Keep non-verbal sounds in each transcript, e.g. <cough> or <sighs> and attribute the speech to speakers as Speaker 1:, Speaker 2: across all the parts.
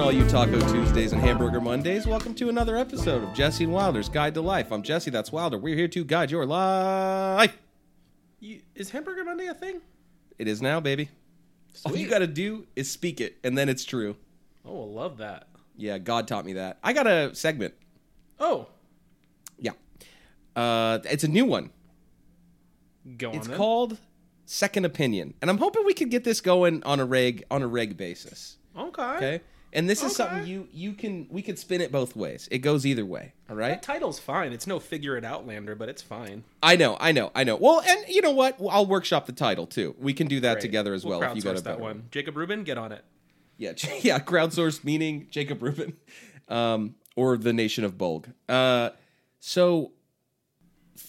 Speaker 1: all you Taco Tuesdays and Hamburger Mondays. Welcome to another episode of Jesse and Wilder's Guide to Life. I'm Jesse, that's Wilder. We're here to guide your life.
Speaker 2: You, is Hamburger Monday a thing?
Speaker 1: It is now, baby. All you
Speaker 2: Sweet.
Speaker 1: got to do is speak it, and then it's true.
Speaker 2: Oh, I love that.
Speaker 1: Yeah, God taught me that. I got a segment.
Speaker 2: Oh,
Speaker 1: Yeah. Uh, it's a new one.
Speaker 2: go
Speaker 1: It's
Speaker 2: on. then.
Speaker 1: called Second Opinion. And I'm hoping we could get this going on a reg on a reg basis.
Speaker 2: Okay.
Speaker 1: Okay? And this is something
Speaker 2: Okay.
Speaker 1: you you can we could spin it both ways. It goes either way, all right?
Speaker 2: That title's fine. It's no figure it outlander, but it's fine.
Speaker 1: I know, I know, I know. Well, and you know what? I'll workshop the title too. We can do that
Speaker 2: Great.
Speaker 1: together as well.
Speaker 2: We'll
Speaker 1: if you got
Speaker 2: crowdsource
Speaker 1: a
Speaker 2: that
Speaker 1: better
Speaker 2: one. Jacob Rubin, get on it.
Speaker 1: Yeah, <laughs> yeah. Crowdsourced meaning Jacob Rubin, <laughs> um, or the Nation of Bulg. Uh, so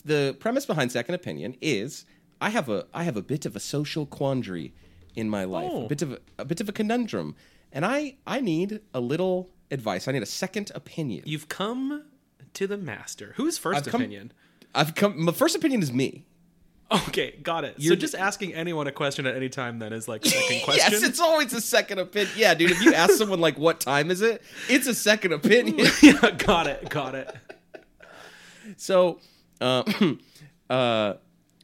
Speaker 1: the premise behind Second Opinion is I have a I have a bit of a social quandary in my life, a
Speaker 2: Oh.
Speaker 1: bit of a, a bit of a conundrum, and I I need a little advice. I need a second opinion.
Speaker 2: You've come to the master. Who's 1st
Speaker 1: I've come-
Speaker 2: opinion? <laughs>
Speaker 1: I've come. My first opinion is me.
Speaker 2: Okay, got it.
Speaker 1: You're-
Speaker 2: so just asking anyone a question at any time then is like second
Speaker 1: <laughs>
Speaker 2: question.
Speaker 1: Yes, it's always a second opinion. Yeah, dude. If you ask someone like what time is it, it's a second opinion.
Speaker 2: <laughs> yeah, got it, got it.
Speaker 1: So, uh, <clears throat> uh,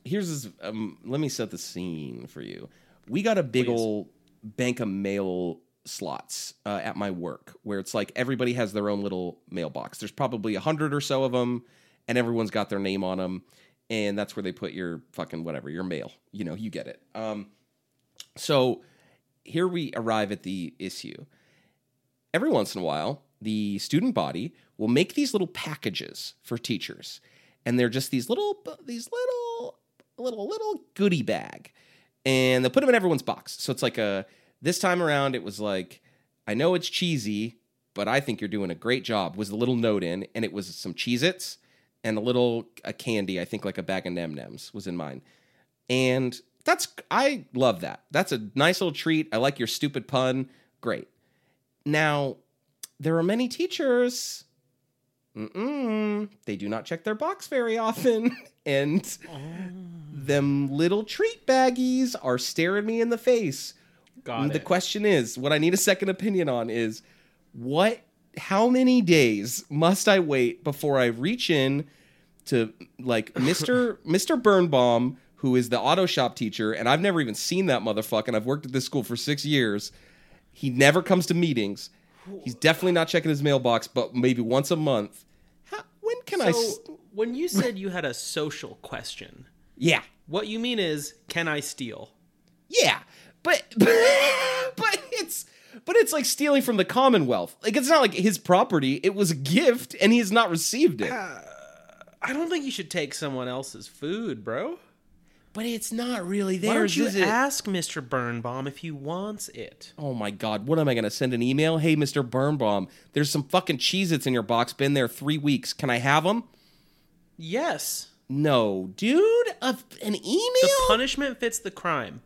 Speaker 1: here's this. Um, let me set the scene for you. We got a big ol' bank of mail slots uh, at my work where it's like everybody has their own little mailbox. There's probably a hundred or so of them, and everyone's got their name on them, and that's where they put your fucking whatever your mail. You know, you get it. Um, so here we arrive at the issue. Every once in a while, the student body will make these little packages for teachers, and they're just these little, these little, little, little goodie bag, and they'll put them in everyone's box. So it's like a this time around, it was like, I know it's cheesy, but I think you're doing a great job. Was the little note in, and it was some Cheez-Its and a little a candy. I think like a bag of Num Nums was in mine and that's I love that. That's a nice little treat. I like your stupid pun. Great. Now, there are many teachers. Mm-mm, they do not check their box very often, <laughs> and
Speaker 2: Oh.
Speaker 1: them little treat baggies are staring me in the face.
Speaker 2: Got
Speaker 1: the
Speaker 2: it.
Speaker 1: question is, what I need a second opinion on is what how many days must I wait before I reach in to like
Speaker 2: <laughs>
Speaker 1: Mr. Mr. Birnbaum, who is the auto shop teacher, and I've never even seen that motherfucker. and I've worked at this school for six years. He never comes to meetings. He's definitely not checking his mailbox, but maybe once a month. How, when can I? s-
Speaker 2: So when you said you had a social question,
Speaker 1: yeah,
Speaker 2: what you mean is can I steal?
Speaker 1: yeah, but <laughs> but it's but it's like stealing from the Commonwealth. Like it's not like his property. It was a gift, and he has not received it.
Speaker 2: I don't think you should take someone else's food, bro.
Speaker 1: But it's not really
Speaker 2: Why
Speaker 1: theirs.
Speaker 2: don't you
Speaker 1: is it?
Speaker 2: ask Mr. Birnbaum if he wants it?
Speaker 1: Oh my god, what am I gonna send an email? Hey, Mr. Birnbaum, there's some fucking Cheez Its in your box, been there three weeks. Can I have them?
Speaker 2: Yes.
Speaker 1: No, dude, a, an email?
Speaker 2: The punishment fits the crime.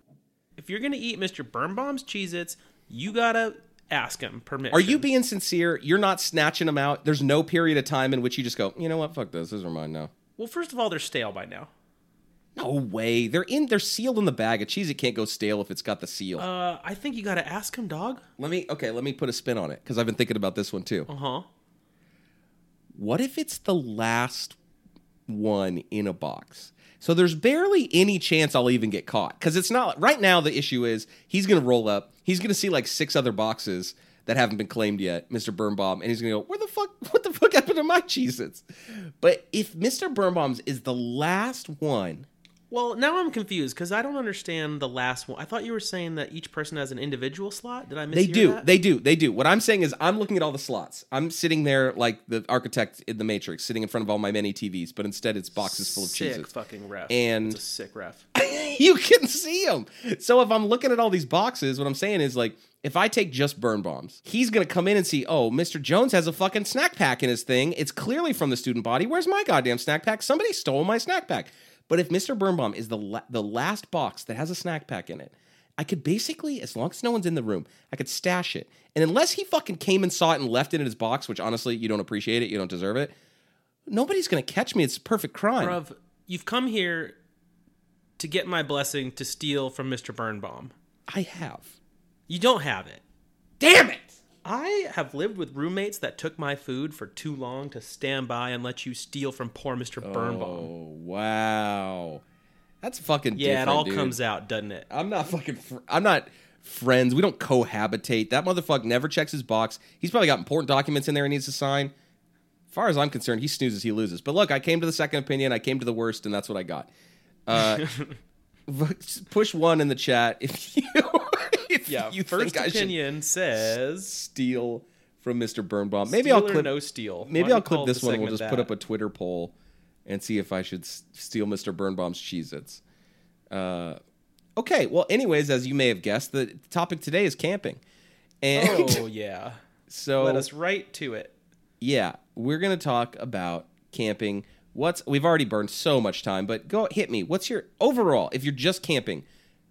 Speaker 2: If you're going to eat Mr. Birnbaum's Cheez Its, you got to ask him permission.
Speaker 1: Are you being sincere? You're not snatching them out. There's no period of time in which you just go, you know what, fuck this, these are mine now.
Speaker 2: Well, first of all, they're stale by now.
Speaker 1: No way. They're in they're sealed in the bag. A Cheez It can't go stale if it's got the seal.
Speaker 2: Uh, I think you got to ask him, dog.
Speaker 1: let me okay, let me put a spin on it, because I've been thinking about this one too.
Speaker 2: Uh huh.
Speaker 1: What if it's the last one in a box? So there's barely any chance I'll even get caught because it's not right now. The issue is he's going to roll up. He's going to see like six other boxes that haven't been claimed yet, Mr. Birnbaum, and he's going to go, "Where the fuck? <laughs> What the fuck happened to my cheez But if Mr. Birnbaum's is the last one,
Speaker 2: Well, now I'm confused because I don't understand the last one. I thought you were saying that each person has an individual slot. Did I miss?
Speaker 1: they do, they do, they do. What I'm saying is, I'm looking at all the slots. I'm sitting there like the architect in the Matrix, sitting in front of all my many TVs, but instead it's boxes full of
Speaker 2: sick
Speaker 1: cheez
Speaker 2: fucking ref.
Speaker 1: And-
Speaker 2: That's a sick ref.
Speaker 1: <laughs> you can see him. So if I'm looking at all these boxes, what I'm saying is like, if I take just burn bombs, he's gonna come in and see, oh, Mr. Jones has a fucking snack pack in his thing. It's clearly from the student body. Where's my goddamn snack pack? Somebody stole my snack pack. But if Mr. Birnbaum is the la- the last box that has a snack pack in it, I could basically, as long as no one's in the room, I could stash it. And unless he fucking came and saw it and left it in his box, which honestly, you don't appreciate it, you don't deserve it. Nobody's gonna catch me. It's a perfect crime.
Speaker 2: Bruv, you've come here to get my blessing to steal from Mr. Birnbaum.
Speaker 1: I have.
Speaker 2: You don't have it.
Speaker 1: Damn it!
Speaker 2: I have lived with roommates that took my food for too long to stand by and let you steal from poor Mr. Birnbaum.
Speaker 1: Oh wow, that's fucking
Speaker 2: yeah, it
Speaker 1: different,
Speaker 2: all
Speaker 1: dude.
Speaker 2: comes out, doesn't it?
Speaker 1: I'm not fucking. Fr- I'm not friends. We don't cohabitate. That motherfucker never checks his box. He's probably got important documents in there he needs to sign. As far as I'm concerned, he snoozes, he loses. But look, I came to the second opinion. I came to the worst, and that's what I got.
Speaker 2: <laughs>
Speaker 1: Uh, v- push one in the chat <laughs> if you. if
Speaker 2: <laughs> Yeah,
Speaker 1: you
Speaker 2: first
Speaker 1: think I should
Speaker 2: opinion says
Speaker 1: steal from Mr. Birnbaum. Maybe
Speaker 2: steal
Speaker 1: I'll
Speaker 2: or
Speaker 1: clip.
Speaker 2: no steal. Why
Speaker 1: Maybe
Speaker 2: don't
Speaker 1: I'll
Speaker 2: we call
Speaker 1: clip this
Speaker 2: the
Speaker 1: one. We'll
Speaker 2: segment
Speaker 1: just put
Speaker 2: that?
Speaker 1: up a Twitter poll and see if I should s- steal Mr. Birnbaum's Cheez-Its. Uh, okay. Well, anyways, as you may have guessed, the topic today is camping, and
Speaker 2: Oh yeah,
Speaker 1: <laughs> so
Speaker 2: let us right to it.
Speaker 1: yeah, we're gonna talk about camping. What's we've already burned so much time, but go hit me. What's your overall? If you're just camping,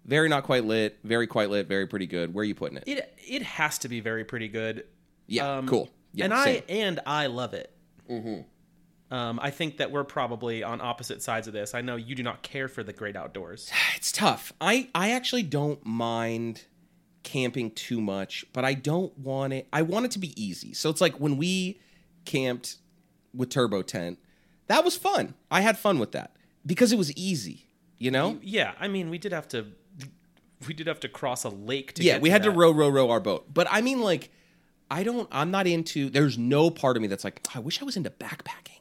Speaker 1: very not quite lit, very quite lit, very pretty good. Where are you putting it?
Speaker 2: It it has to be very pretty good.
Speaker 1: Yeah,
Speaker 2: Um,
Speaker 1: cool. Yeah,
Speaker 2: and
Speaker 1: same. Mm-hmm.
Speaker 2: I and I love it. Um, I think that we're probably on opposite sides of this. I know you do not care for the great outdoors.
Speaker 1: it's tough. I I actually don't mind camping too much, but I don't want it. I want it to be easy. So it's like when we camped with Turbo Tent, that was fun. I had fun with that because it was easy. You know,
Speaker 2: Yeah, I mean, we did have to we did have to cross a lake to
Speaker 1: yeah,
Speaker 2: get
Speaker 1: we
Speaker 2: to
Speaker 1: had to
Speaker 2: that.
Speaker 1: row, row, row our boat. But I mean, like, I don't. I'm not into. There's no part of me that's like, "Oh, I wish I was into backpacking.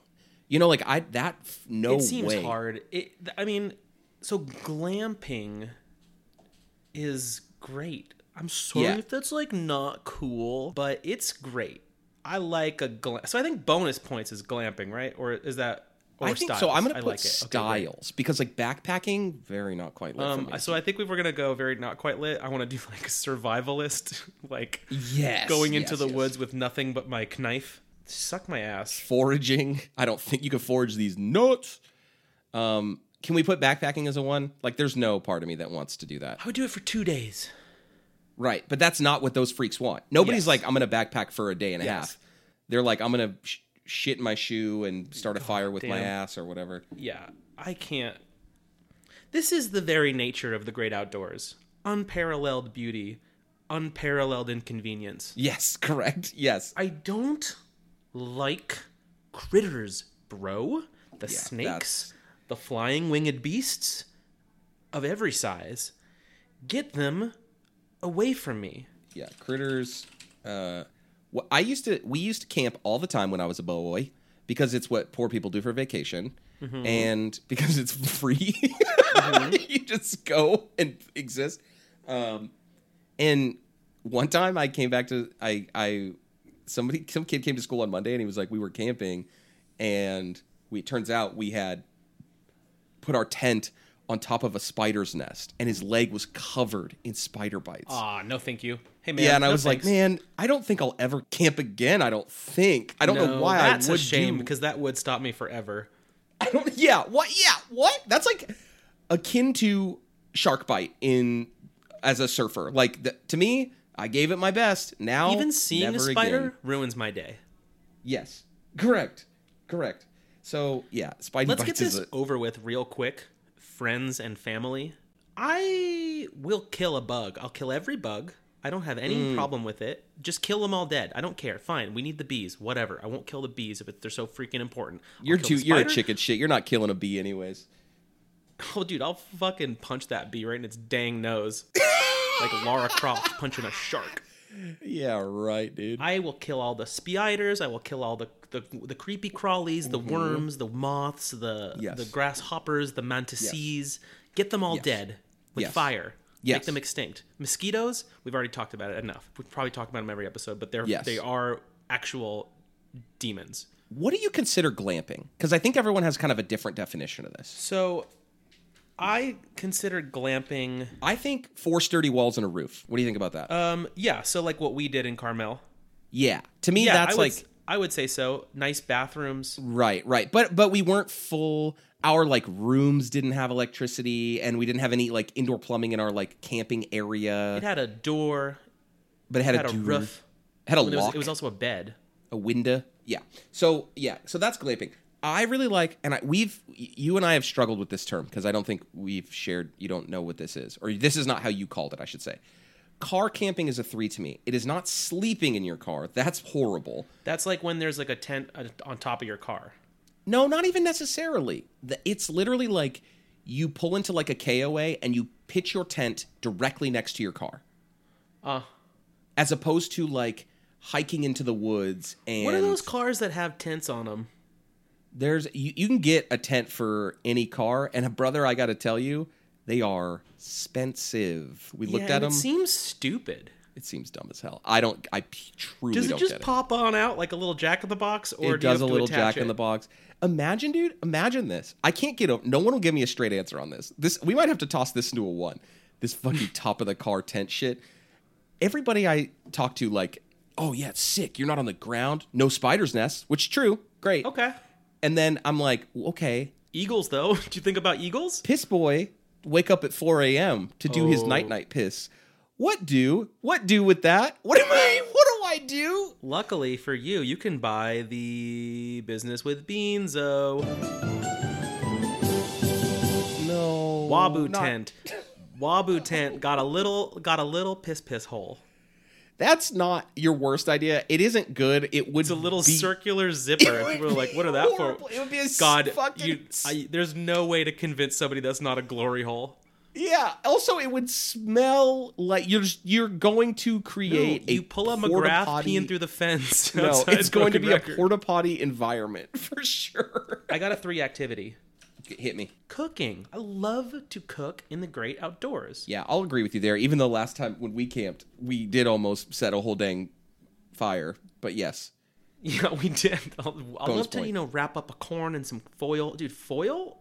Speaker 1: You know, like I that f- no
Speaker 2: it seems
Speaker 1: way.
Speaker 2: hard. It th- I mean, so glamping is great. I'm sorry
Speaker 1: Yeah.
Speaker 2: if that's like not cool, but it's great. I like a glam. So I think bonus points is glamping, right? Or is that or
Speaker 1: I think
Speaker 2: styles?
Speaker 1: so. I'm gonna
Speaker 2: I
Speaker 1: put
Speaker 2: like it. Okay, great.
Speaker 1: styles because like backpacking, very not quite. lit for
Speaker 2: Um,
Speaker 1: me.
Speaker 2: so I think we were gonna go very not quite lit. I want to do <laughs> like a survivalist, <laughs> like
Speaker 1: Yes.
Speaker 2: going into
Speaker 1: yes,
Speaker 2: the
Speaker 1: yes.
Speaker 2: woods with nothing but my knife. Suck my ass.
Speaker 1: Foraging. <laughs> I don't think you can forage these nuts. Um, can we put backpacking as a one? Like, there's no part of me that wants to do that.
Speaker 2: I would do it for two days.
Speaker 1: Right. But that's not what those freaks want. Nobody's
Speaker 2: Yes.
Speaker 1: like, I'm going to backpack for a day and a
Speaker 2: Yes.
Speaker 1: half. They're like, I'm going to sh- shit in my shoe and start a fire with my
Speaker 2: damn.
Speaker 1: ass or whatever.
Speaker 2: Yeah, I can't. This is the very nature of the great outdoors: unparalleled beauty, unparalleled inconvenience.
Speaker 1: Yes. <laughs> Correct. Yes.
Speaker 2: I don't like critters, bro. The snakes,
Speaker 1: that's-
Speaker 2: the flying winged beasts of every size. Get them away from me.
Speaker 1: Yeah. Critters. Uh, wh- I used to, we used to camp all the time when I was a boy because it's what poor people do for vacation. And <laughs> because it's free, <laughs> you just go and exist. Um, And one time I came back to I I somebody some kid came to school on Monday and he was like we were camping and we it turns out we had put our tent on top of a spider's nest and his leg was covered in spider bites.
Speaker 2: Ah, no, thank you. Hey, man.
Speaker 1: yeah, and I
Speaker 2: no
Speaker 1: was like,
Speaker 2: thanks.
Speaker 1: man, I don't think I'll ever camp again. I don't think. I don't know
Speaker 2: No,
Speaker 1: why
Speaker 2: that's
Speaker 1: I would
Speaker 2: a shame
Speaker 1: do-
Speaker 2: because that would stop me forever.
Speaker 1: <laughs> I don't. Yeah. What? Yeah. What? That's like akin to shark bite in as a surfer. Like the, to me, I gave it my best. Now,
Speaker 2: Even seeing a
Speaker 1: never
Speaker 2: spider
Speaker 1: again.
Speaker 2: ruins my day.
Speaker 1: Yes. Correct. Correct. So yeah, spider
Speaker 2: Let's get
Speaker 1: bites
Speaker 2: this
Speaker 1: is a,
Speaker 2: over with real quick. Friends and family. I will kill a bug. I'll kill every bug. I don't have any
Speaker 1: Mm.
Speaker 2: problem with it. Just kill them all dead. I don't care. Fine. We need the bees. Whatever. I won't kill the bees if it, they're so freaking important. I'll
Speaker 1: you're
Speaker 2: kill
Speaker 1: too
Speaker 2: the
Speaker 1: you're a
Speaker 2: spider.
Speaker 1: chicken shit. You're not killing a bee anyways.
Speaker 2: <laughs> Oh, dude, I'll fucking punch that bee right in its dang nose. like Lara Croft punching a shark.
Speaker 1: Yeah. Right, dude.
Speaker 2: I will kill all the spiders. I will kill all the the, the creepy crawlies, the worms, the moths, the
Speaker 1: Mm-hmm. Yes.
Speaker 2: the grasshoppers, the mantises. Get them all dead with
Speaker 1: Yes.
Speaker 2: fire. Make
Speaker 1: Yes.
Speaker 2: them extinct. Mosquitoes. We've already talked about it enough. We've probably talked about them every episode, but they're
Speaker 1: Yes.
Speaker 2: they are actual demons.
Speaker 1: what do you consider glamping? Because I think everyone has kind of a different definition of this.
Speaker 2: So, I consider glamping.
Speaker 1: I think four sturdy walls and a roof. What do you think about that?
Speaker 2: Um, yeah. So like what we did in Carmel.
Speaker 1: yeah. To me,
Speaker 2: Yeah,
Speaker 1: that's
Speaker 2: I would,
Speaker 1: like
Speaker 2: s- I would say so. Nice bathrooms.
Speaker 1: Right, right. But but we weren't full. Our like rooms didn't have electricity and we didn't have any like indoor plumbing in our like camping area.
Speaker 2: It had a door.
Speaker 1: but it had,
Speaker 2: It had a
Speaker 1: dude-
Speaker 2: roof.
Speaker 1: Had a
Speaker 2: It was,
Speaker 1: lock,
Speaker 2: it was also a bed.
Speaker 1: a window. Yeah. So yeah, so that's glamping. I really like and I we've you and I have struggled with this term because I don't think we've shared you don't know what this is. Or this is not how you called it, I should say. car camping is a three to me. It is not sleeping in your car. That's horrible.
Speaker 2: That's like when there's like a tent uh, on top of your car.
Speaker 1: No, not even necessarily. The- It's literally like you pull into like a KOA and you pitch your tent directly next to your car.
Speaker 2: Uh,
Speaker 1: as opposed to like hiking into the woods and
Speaker 2: what are those cars that have tents on them?
Speaker 1: there's you, you can get a tent for any car and a brother i gotta tell you they are expensive we looked at them
Speaker 2: It seems stupid.
Speaker 1: it seems dumb as hell i don't i p- truly
Speaker 2: Does it
Speaker 1: don't
Speaker 2: just
Speaker 1: get
Speaker 2: pop on out like a little jack in the box,
Speaker 1: it
Speaker 2: or
Speaker 1: it
Speaker 2: do you
Speaker 1: does a
Speaker 2: have to
Speaker 1: little
Speaker 2: attach
Speaker 1: jack in
Speaker 2: it?
Speaker 1: the box imagine dude imagine this i can't get a, no one will give me a straight answer on this this we might have to toss this into a one this
Speaker 2: <laughs>
Speaker 1: fucking top of the car tent shit everybody i talk to like oh yeah it's sick you're not on the ground no spider's nest which is true great
Speaker 2: Okay.
Speaker 1: And then I'm like, okay,
Speaker 2: Eagles though. <laughs> do you think about eagles?
Speaker 1: piss boy, wake up at 4 a.m. to do his
Speaker 2: Oh.
Speaker 1: night night piss. What do? What do with that? What am I? What do I do?
Speaker 2: Luckily for you, you can buy the business with Beanzo
Speaker 1: No.
Speaker 2: Wabu
Speaker 1: not-
Speaker 2: tent. Wabu tent got a little got a little piss piss hole.
Speaker 1: That's not your worst idea. It isn't good. It would
Speaker 2: It's a little
Speaker 1: be,
Speaker 2: circular zipper.
Speaker 1: would
Speaker 2: People are like,
Speaker 1: be
Speaker 2: "What are that
Speaker 1: horrible.
Speaker 2: for?"
Speaker 1: It would be a s-
Speaker 2: God,
Speaker 1: fucking
Speaker 2: you,
Speaker 1: s-
Speaker 2: I, there's no way to convince somebody that's not a glory hole.
Speaker 1: Yeah. Also, it would smell like you're you're going to create a
Speaker 2: you pull a
Speaker 1: porta
Speaker 2: McGrath
Speaker 1: potty-
Speaker 2: peeing through the <laughs> fence.
Speaker 1: No,
Speaker 2: outside
Speaker 1: it's going to
Speaker 2: Broken
Speaker 1: be
Speaker 2: Record.
Speaker 1: a porta potty
Speaker 2: <laughs>
Speaker 1: environment for sure.
Speaker 2: I got a three activity.
Speaker 1: Hit me.
Speaker 2: Cooking. I love to cook in the great outdoors.
Speaker 1: Yeah, I'll agree with you there. Even though last time when we camped, we did almost set a whole dang fire. But yes,
Speaker 2: <laughs>
Speaker 1: <laughs>
Speaker 2: Yeah, we did. I'll, I'll
Speaker 1: Bonus
Speaker 2: love to
Speaker 1: point.
Speaker 2: you know wrap up a corn and some foil, dude. Foil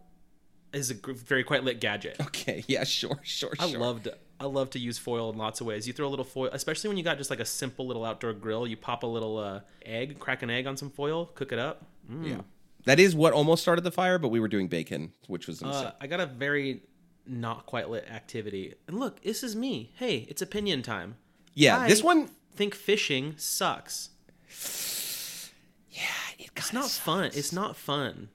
Speaker 2: is a gr- very quite lit gadget.
Speaker 1: okay, yeah, sure, sure,
Speaker 2: I
Speaker 1: sure.
Speaker 2: loved. I love to use foil in lots of ways. You throw a little foil, especially when you got just like a simple little outdoor grill. You pop a little uh, egg, crack an egg on some foil, cook it up. Mm.
Speaker 1: yeah, that is what almost started the fire, but we were doing bacon, which was insane.
Speaker 2: Uh, I got a very not quite lit activity. And look, this is me. Hey, it's opinion time.
Speaker 1: yeah, this
Speaker 2: I
Speaker 1: one,
Speaker 2: Think fishing sucks.
Speaker 1: it
Speaker 2: It's not fun. It's not fun.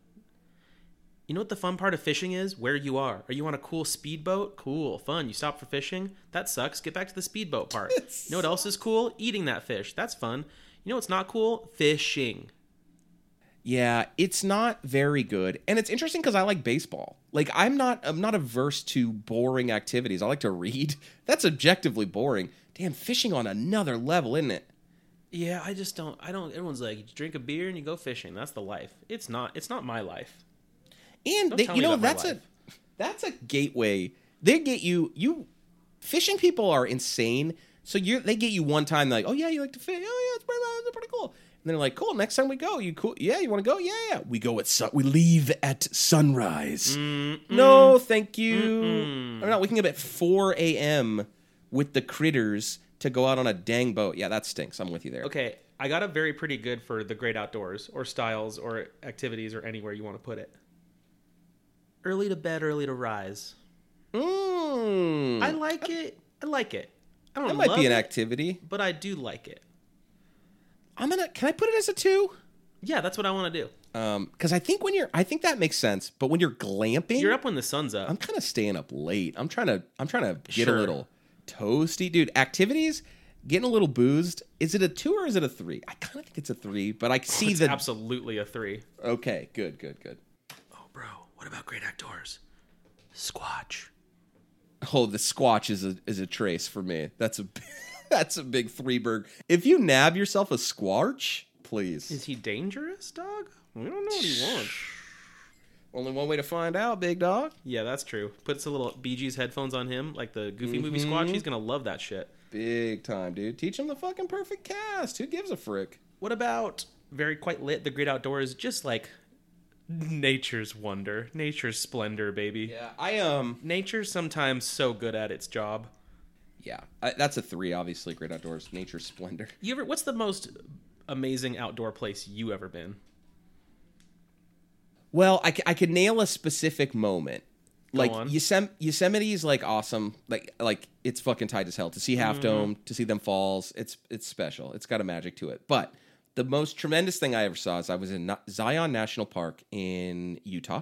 Speaker 2: You know what the fun part of fishing is? Where you are. Are you on a cool speedboat? Cool, fun. You stop for fishing? That sucks. Get back to the speedboat part. <laughs> you know what else is cool? Eating that fish. That's fun. You know what's not cool? Fishing.
Speaker 1: Yeah, it's not very good, and it's interesting because I like baseball. Like I'm not, I'm not averse to boring activities. I like to read. <laughs> That's objectively boring. Damn, fishing on another level, isn't it?
Speaker 2: Yeah, I just don't. I don't. Everyone's like, you drink a beer and you go fishing. That's the life. It's not. It's not my life.
Speaker 1: And
Speaker 2: Don't
Speaker 1: they,
Speaker 2: tell
Speaker 1: you
Speaker 2: me
Speaker 1: know
Speaker 2: about my
Speaker 1: that's a
Speaker 2: life.
Speaker 1: that's a gateway. They get you you fishing people are insane. So you they get you one time like, "Oh yeah, you like to fish. Oh yeah, it's pretty, it's pretty cool." And they're like, "Cool, next time we go, you cool. Yeah, you want to go? Yeah, yeah. We go at sun we leave at sunrise." No, thank you. I'm not waking up at 4 a.m. with the critters to go out on a dang boat. Yeah, that stinks. I'm with you there.
Speaker 2: Okay, I got a very pretty good for the great outdoors or styles or activities or anywhere you want to put it. Early to bed, early to rise.
Speaker 1: Mm.
Speaker 2: I like it. I like it. I don't
Speaker 1: that might
Speaker 2: love
Speaker 1: be an
Speaker 2: it,
Speaker 1: activity.
Speaker 2: but I do like it.
Speaker 1: I'm gonna. Can I put it as a two?
Speaker 2: Yeah, that's what I want to do.
Speaker 1: Um, because I think when you're, I think that makes sense. But when you're glamping,
Speaker 2: You're up when the sun's up.
Speaker 1: I'm kind of staying up late. I'm trying to, I'm trying to get a
Speaker 2: Sure.
Speaker 1: little toasty, dude. Activities, getting a little boozed. Is it a two or is it a three? I kind of think it's a three, but <laughs> I see
Speaker 2: it's
Speaker 1: the.
Speaker 2: absolutely a three.
Speaker 1: okay, good, good, good.
Speaker 2: Oh, bro, what about great outdoors? Squatch.
Speaker 1: Oh, the squatch is a is a trace for me. That's a, <laughs> that's a big three bird. If you nab yourself a squarch, please.
Speaker 2: Is he dangerous, dog? We don't know what he wants.
Speaker 1: Only one way to find out, big dog.
Speaker 2: <sniffs> Yeah, that's true. Puts a little Bee Gees headphones on him, like the Goofy movie Squatch. He's gonna love that shit.
Speaker 1: Big time, dude. Teach him the fucking perfect cast. Who gives a frick?
Speaker 2: What about very quite lit? The great outdoors, just like nature's wonder, nature's splendor, baby.
Speaker 1: Yeah, I um.
Speaker 2: Nature's sometimes so good at its job.
Speaker 1: Yeah, I, that's a three, obviously. Great outdoors, nature, splendor.
Speaker 2: You ever? What's the most amazing outdoor place you ever been?
Speaker 1: Well, I, c- I could nail a specific moment. Like
Speaker 2: on.
Speaker 1: Yosem- Yosemite is like awesome. Like like it's fucking tight as hell to see
Speaker 2: Mm-hmm.
Speaker 1: Half Dome, to see them falls. It's it's special. It's got a magic to it. But the most tremendous thing I ever saw is I was in Na- Zion National Park in Utah,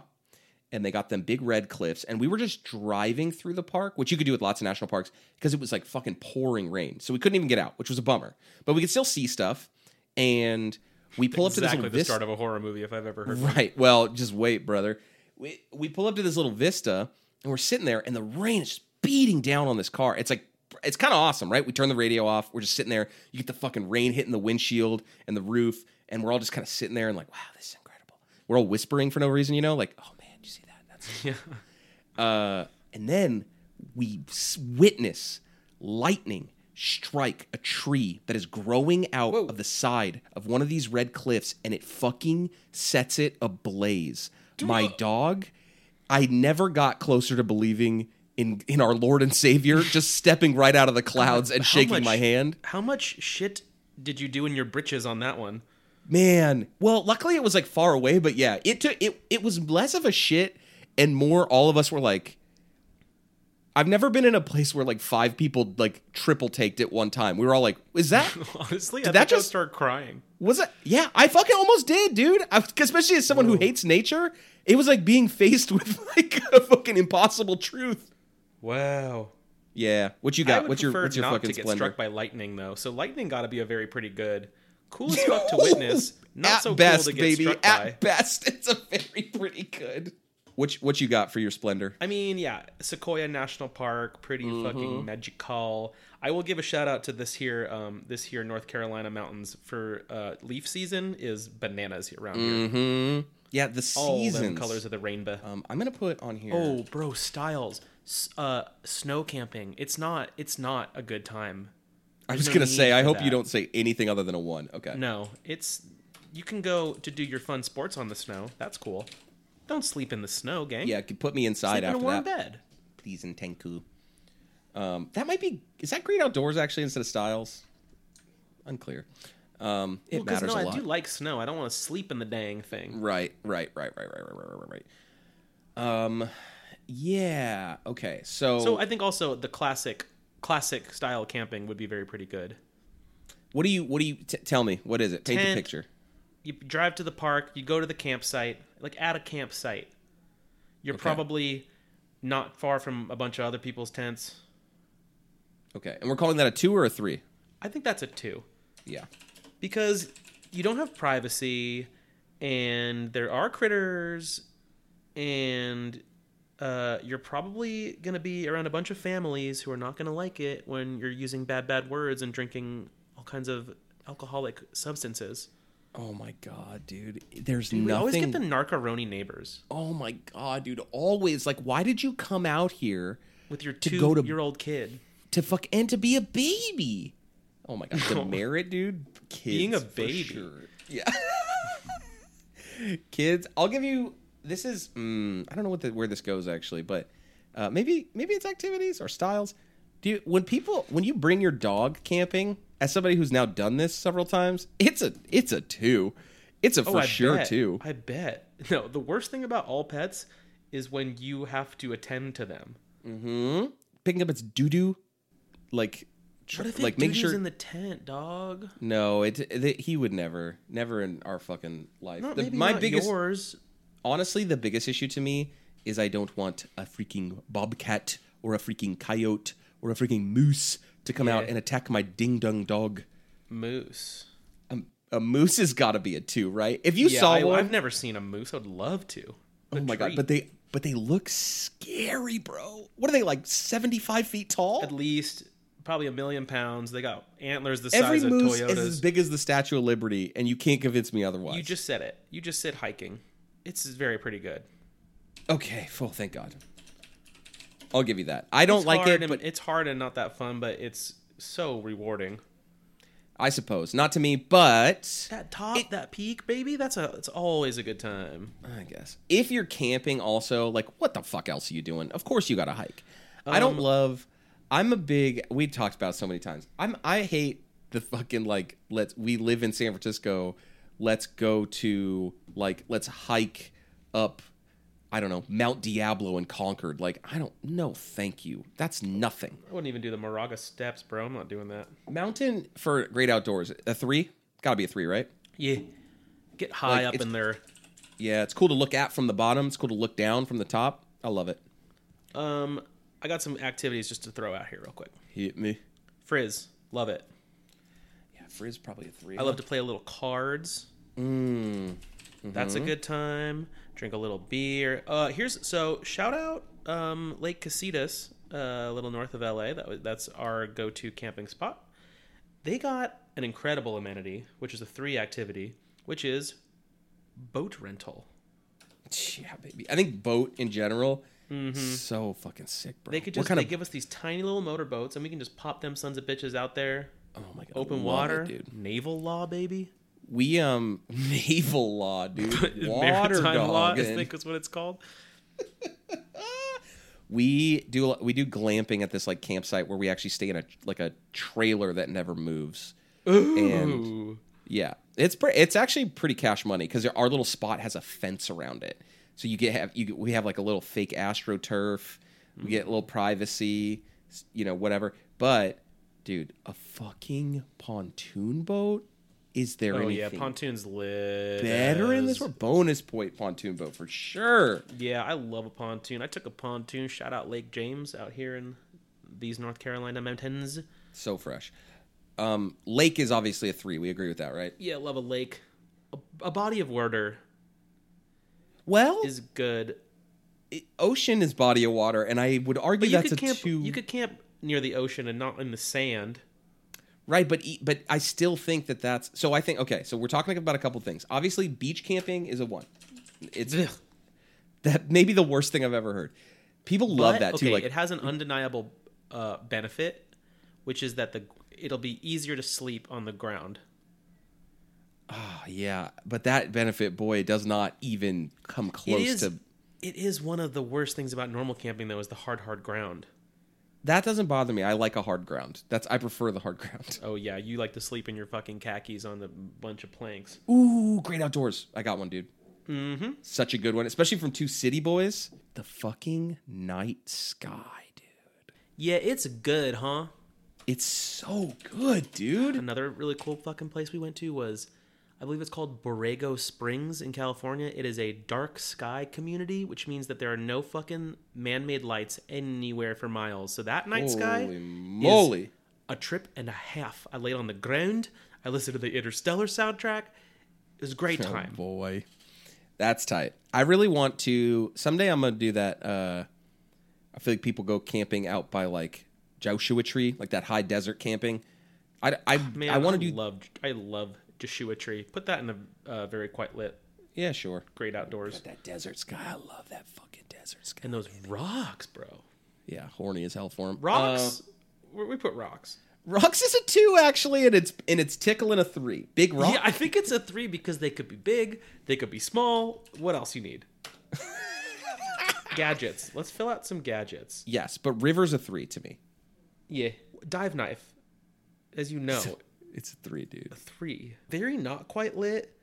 Speaker 1: and they got them big red cliffs. And we were just driving through the park, which you could do with lots of national parks because it was like fucking pouring rain. So we couldn't even get out, which was a bummer. But we could still see stuff. And we pull up to this
Speaker 2: exactly
Speaker 1: little
Speaker 2: the
Speaker 1: vista.
Speaker 2: start of a horror movie if I've ever heard. one.
Speaker 1: Right. Well, just wait, brother. We we pull up to this little vista and we're sitting there and the rain is just beating down on this car. It's like it's kind of awesome, right? We turn the radio off. We're just sitting there. You get the fucking rain hitting the windshield and the roof, and we're all just kind of sitting there and like, wow, this is incredible. We're all whispering for no reason, you know, like, oh man, did you see that? That's
Speaker 2: Yeah.
Speaker 1: uh, and then we s- witness lightning strike a tree that is growing out of the side of one of these red cliffs and it fucking sets it ablaze. My dog, I never got closer to believing in in our Lord and Savior just stepping right out of the clouds and
Speaker 2: <laughs> How
Speaker 1: shaking
Speaker 2: much-
Speaker 1: my hand.
Speaker 2: How much shit did you do in your britches on that one? <laughs>
Speaker 1: Man, well, luckily it was like far away, but yeah, it took it. It was less of a shit and more. All of us were like, I've never been in a place where like five people like triple taked at one time. We were all like, "Is
Speaker 2: <laughs>
Speaker 1: that
Speaker 2: Honestly, I
Speaker 1: that
Speaker 2: think I'll
Speaker 1: just-
Speaker 2: start crying.
Speaker 1: was it?" Yeah, I fucking almost did, dude. I, especially as someone who hates nature, it was like being faced <laughs> with like a fucking impossible truth.
Speaker 2: Wow.
Speaker 1: Yeah, what you
Speaker 2: I
Speaker 1: got?
Speaker 2: would
Speaker 1: What's your
Speaker 2: prefer
Speaker 1: what's your
Speaker 2: not
Speaker 1: fucking
Speaker 2: to get
Speaker 1: splendor?
Speaker 2: struck by lightning though. So lightning got to be a very pretty good, cool
Speaker 1: <laughs>
Speaker 2: as fuck to witness. Not
Speaker 1: at
Speaker 2: so
Speaker 1: best,
Speaker 2: cool to get
Speaker 1: baby.
Speaker 2: struck
Speaker 1: at
Speaker 2: by.
Speaker 1: best, <laughs> it's a very pretty good. What you- what you got for your splendor?
Speaker 2: I mean, yeah, Sequoia National Park, pretty
Speaker 1: Mm-hmm.
Speaker 2: fucking magical. I will give a shout out to this here, um, this here North Carolina mountains for uh, leaf season is bananas around here.
Speaker 1: Mm-hmm. Yeah, the
Speaker 2: All them
Speaker 1: seasons.
Speaker 2: colors of the rainbow.
Speaker 1: Um, I'm gonna put on here.
Speaker 2: Oh, bro, Styles, S- uh, snow camping. It's not. It's not a good time.
Speaker 1: I'm
Speaker 2: there's
Speaker 1: just
Speaker 2: no
Speaker 1: gonna
Speaker 2: need
Speaker 1: say. I
Speaker 2: for
Speaker 1: hope you
Speaker 2: that.
Speaker 1: don't say anything other than a one. Okay.
Speaker 2: No, it's. You can go to do your fun sports on the snow. That's cool. Don't sleep in the snow, gang.
Speaker 1: Yeah, could put me inside
Speaker 2: sleep in a
Speaker 1: after that.
Speaker 2: warm bed.
Speaker 1: Please and Tenku. Um, that might be. Is that Green Outdoors actually instead of Styles? Unclear. Um, it
Speaker 2: Well, 'cause,
Speaker 1: matters
Speaker 2: no,
Speaker 1: a
Speaker 2: I
Speaker 1: lot.
Speaker 2: do like snow. I don't want to sleep in the dang thing.
Speaker 1: Right, right, right, right, right, right, right, right, right, right. Um, yeah. Okay. So,
Speaker 2: So I think also the classic, classic style camping would be very pretty good.
Speaker 1: what do you? What do you? T- tell me. What is it? Paint
Speaker 2: Tent.
Speaker 1: the picture.
Speaker 2: You drive to the park. You go to the campsite. Like at a campsite, you're
Speaker 1: Okay.
Speaker 2: probably not far from a bunch of other people's tents.
Speaker 1: Okay. And we're calling that a two or a three.
Speaker 2: I think that's a two.
Speaker 1: Yeah.
Speaker 2: because you don't have privacy and there are critters and uh, you're probably going to be around a bunch of families who are not going to like it when you're using bad bad words and drinking all kinds of alcoholic substances
Speaker 1: Oh my god, dude. There's
Speaker 2: we always
Speaker 1: nothing.
Speaker 2: get the narcaroni neighbors
Speaker 1: oh my god, dude. Always like, why did you come out here
Speaker 2: with your
Speaker 1: To go to-
Speaker 2: two year old kid
Speaker 1: to fuck and to be a baby? Oh my god,
Speaker 2: <laughs> No.
Speaker 1: the merit, dude. Kids,
Speaker 2: Being a
Speaker 1: for
Speaker 2: baby.
Speaker 1: sure. Yeah. <laughs> Kids, I'll give you. This is. Mm, I don't know what the, where this goes actually, but uh, maybe maybe it's activities or styles. Do you, when people when you bring your dog camping as somebody who's now done this several times, it's a it's a two. It's a for
Speaker 2: Oh, I
Speaker 1: sure
Speaker 2: bet.
Speaker 1: two.
Speaker 2: I bet. <laughs> No, the worst thing about all pets is when you have to attend to them.
Speaker 1: picking up its doo doo, like, tr-
Speaker 2: Mm-hmm. What if it
Speaker 1: like making
Speaker 2: doo-doo's
Speaker 1: sure.
Speaker 2: in the tent, dog?
Speaker 1: no, it, it he would never, never in our fucking life.
Speaker 2: Not,
Speaker 1: The-
Speaker 2: maybe
Speaker 1: my
Speaker 2: not
Speaker 1: biggest,
Speaker 2: yours.
Speaker 1: honestly, the biggest issue to me is I don't want a freaking bobcat or a freaking coyote or a freaking moose to come out
Speaker 2: Yeah.
Speaker 1: and attack my ding dong dog.
Speaker 2: moose.
Speaker 1: Um, a moose has got to be a two, right? If you
Speaker 2: Yeah,
Speaker 1: saw
Speaker 2: I,
Speaker 1: one,
Speaker 2: I've never seen a moose. I'd love to.
Speaker 1: oh my god! But they, but they look scary, bro. What are they like? Seventy five feet tall?
Speaker 2: at least probably a million pounds. They got antlers the
Speaker 1: Every
Speaker 2: size of
Speaker 1: moose is as
Speaker 2: Toyotas.
Speaker 1: big as the Statue of Liberty, and you can't convince me otherwise.
Speaker 2: You just said it. You just said hiking. It's very pretty good.
Speaker 1: Okay, full. Thank God. I'll give you that. I don't
Speaker 2: It's
Speaker 1: like
Speaker 2: hard
Speaker 1: it,
Speaker 2: and,
Speaker 1: but
Speaker 2: it's hard and not that fun, but it's so rewarding.
Speaker 1: I suppose not to me. But
Speaker 2: That top, that peak, baby. That's a. It's always a good time.
Speaker 1: I guess if you're camping, also like what the fuck else are you doing? Of course you got to hike. I don't love. I'm a big. We talked about it so many times. I'm. I hate the fucking like. Let's. We live in San Francisco. Let's go to like. Let's hike up. I don't know Mount Diablo in Concord. Like I don't. No, thank you. That's nothing.
Speaker 2: I wouldn't even do the Moraga steps, bro. I'm not doing that.
Speaker 1: Mountain for great outdoors. A three. Got to be a three, right?
Speaker 2: Yeah. Get high
Speaker 1: Like,
Speaker 2: up
Speaker 1: it's-
Speaker 2: in there.
Speaker 1: Yeah, it's cool to look at from the bottom. It's cool to look down from the top. I love it.
Speaker 2: Um, I got some activities just to throw out here real quick.
Speaker 1: Hit me.
Speaker 2: Frizz, love it.
Speaker 1: Yeah, Frizz probably a three.
Speaker 2: I love to play a little cards.
Speaker 1: Mm.
Speaker 2: That's a
Speaker 1: Mm-hmm.
Speaker 2: good time. Drink a little beer. Uh, here's so shout out um, Lake Casitas, uh, a little north of LA. That was, that's our go-to camping spot. They got an incredible amenity, which is a three activity, which is boat rental.
Speaker 1: Yeah, baby. I think boat in general, so fucking sick, bro.
Speaker 2: Mm-hmm. They could
Speaker 1: What
Speaker 2: just
Speaker 1: kind
Speaker 2: they
Speaker 1: of-
Speaker 2: give us these tiny little motor boats, and we can just pop them sons of bitches out there,
Speaker 1: oh my god,
Speaker 2: open
Speaker 1: love it,
Speaker 2: water,
Speaker 1: dude.
Speaker 2: naval law, baby.
Speaker 1: We um <laughs> naval law, dude. Water
Speaker 2: <laughs> Maritime law, I
Speaker 1: dogging.
Speaker 2: think is what it's called.
Speaker 1: We do a lot- we do glamping at this like campsite where we actually stay in a like a trailer that never moves. And
Speaker 2: Ooh.
Speaker 1: yeah, it's pre- it's actually pretty cash money because our little spot has a fence around it. So you get have you get, we have like a little fake astroturf. We
Speaker 2: Mm.
Speaker 1: get a little privacy, s- you know, whatever. But dude, a fucking pontoon boat is there
Speaker 2: Oh yeah,
Speaker 1: anything
Speaker 2: pontoons live
Speaker 1: better in this
Speaker 2: as-
Speaker 1: world? Bonus point pontoon boat for sure.
Speaker 2: Yeah, I love a pontoon. I took a pontoon. Shout out Lake James out here in these North Carolina mountains.
Speaker 1: So fresh. Um, lake is obviously a three. We agree with that, right?
Speaker 2: Yeah, love a lake. A, a body of water
Speaker 1: Well,
Speaker 2: is good.
Speaker 1: i- ocean is body of water, and I would argue
Speaker 2: But you
Speaker 1: that's
Speaker 2: could
Speaker 1: a
Speaker 2: camp.
Speaker 1: two.
Speaker 2: You could camp near the ocean and not in the sand.
Speaker 1: Right, but e- but I still think that that's so. I think okay. So we're talking about a couple things. Obviously, beach camping is a one. It's that may be the worst thing I've ever heard. People love
Speaker 2: But,
Speaker 1: that too.
Speaker 2: okay,
Speaker 1: Like
Speaker 2: it has an undeniable uh, benefit, which is that the it'll be easier to sleep on the ground.
Speaker 1: ah, yeah, but that benefit, boy, does not even come
Speaker 2: It
Speaker 1: close
Speaker 2: is.
Speaker 1: to.
Speaker 2: It is one of the worst things about normal camping, though, is the hard, hard ground.
Speaker 1: That doesn't bother me. I like a hard ground. That's I prefer the hard
Speaker 2: <laughs>
Speaker 1: ground.
Speaker 2: Oh yeah, you like to sleep in your fucking khakis on the bunch of planks.
Speaker 1: Ooh, great outdoors. I got one, dude. Mm-hmm. Such a good one, especially from two city boys. The fucking night sky, dude.
Speaker 2: Yeah, it's good, huh?
Speaker 1: It's so good, dude.
Speaker 2: Another really cool fucking place we went to was, I believe it's called Borrego Springs in California. It is a dark sky community, which means that there are no fucking man-made lights anywhere for miles. So that night sky,
Speaker 1: Holy moly.
Speaker 2: a trip and a half. I laid on the ground. I listened to the Interstellar soundtrack. It was
Speaker 1: <laughs>
Speaker 2: a great time.
Speaker 1: Oh, boy. That's tight. I really want to someday I'm gonna do that uh I feel like people go camping out by like Joshua tree, like that high desert camping. I, I,
Speaker 2: <sighs> Man,
Speaker 1: I want to do
Speaker 2: Love, I love Joshua Tree. Put that in the uh, very quite lit,
Speaker 1: yeah sure
Speaker 2: great outdoors.
Speaker 1: that desert sky I love that fucking desert sky
Speaker 2: And those rocks, bro.
Speaker 1: yeah horny as hell for him
Speaker 2: Rocks. Uh, we we put rocks.
Speaker 1: Rocks is a two actually, and it's and it's tickling a three. Big rock.
Speaker 2: Yeah, I think it's a three because they could be big, they could be small. What else you <laughs> need? gadgets. Let's fill out some gadgets.
Speaker 1: Yes, but river's a three to me.
Speaker 2: Yeah. Dive knife. As you <laughs> know,
Speaker 1: It's a three,
Speaker 2: <laughs>
Speaker 1: dude.
Speaker 2: three. Very not quite lit.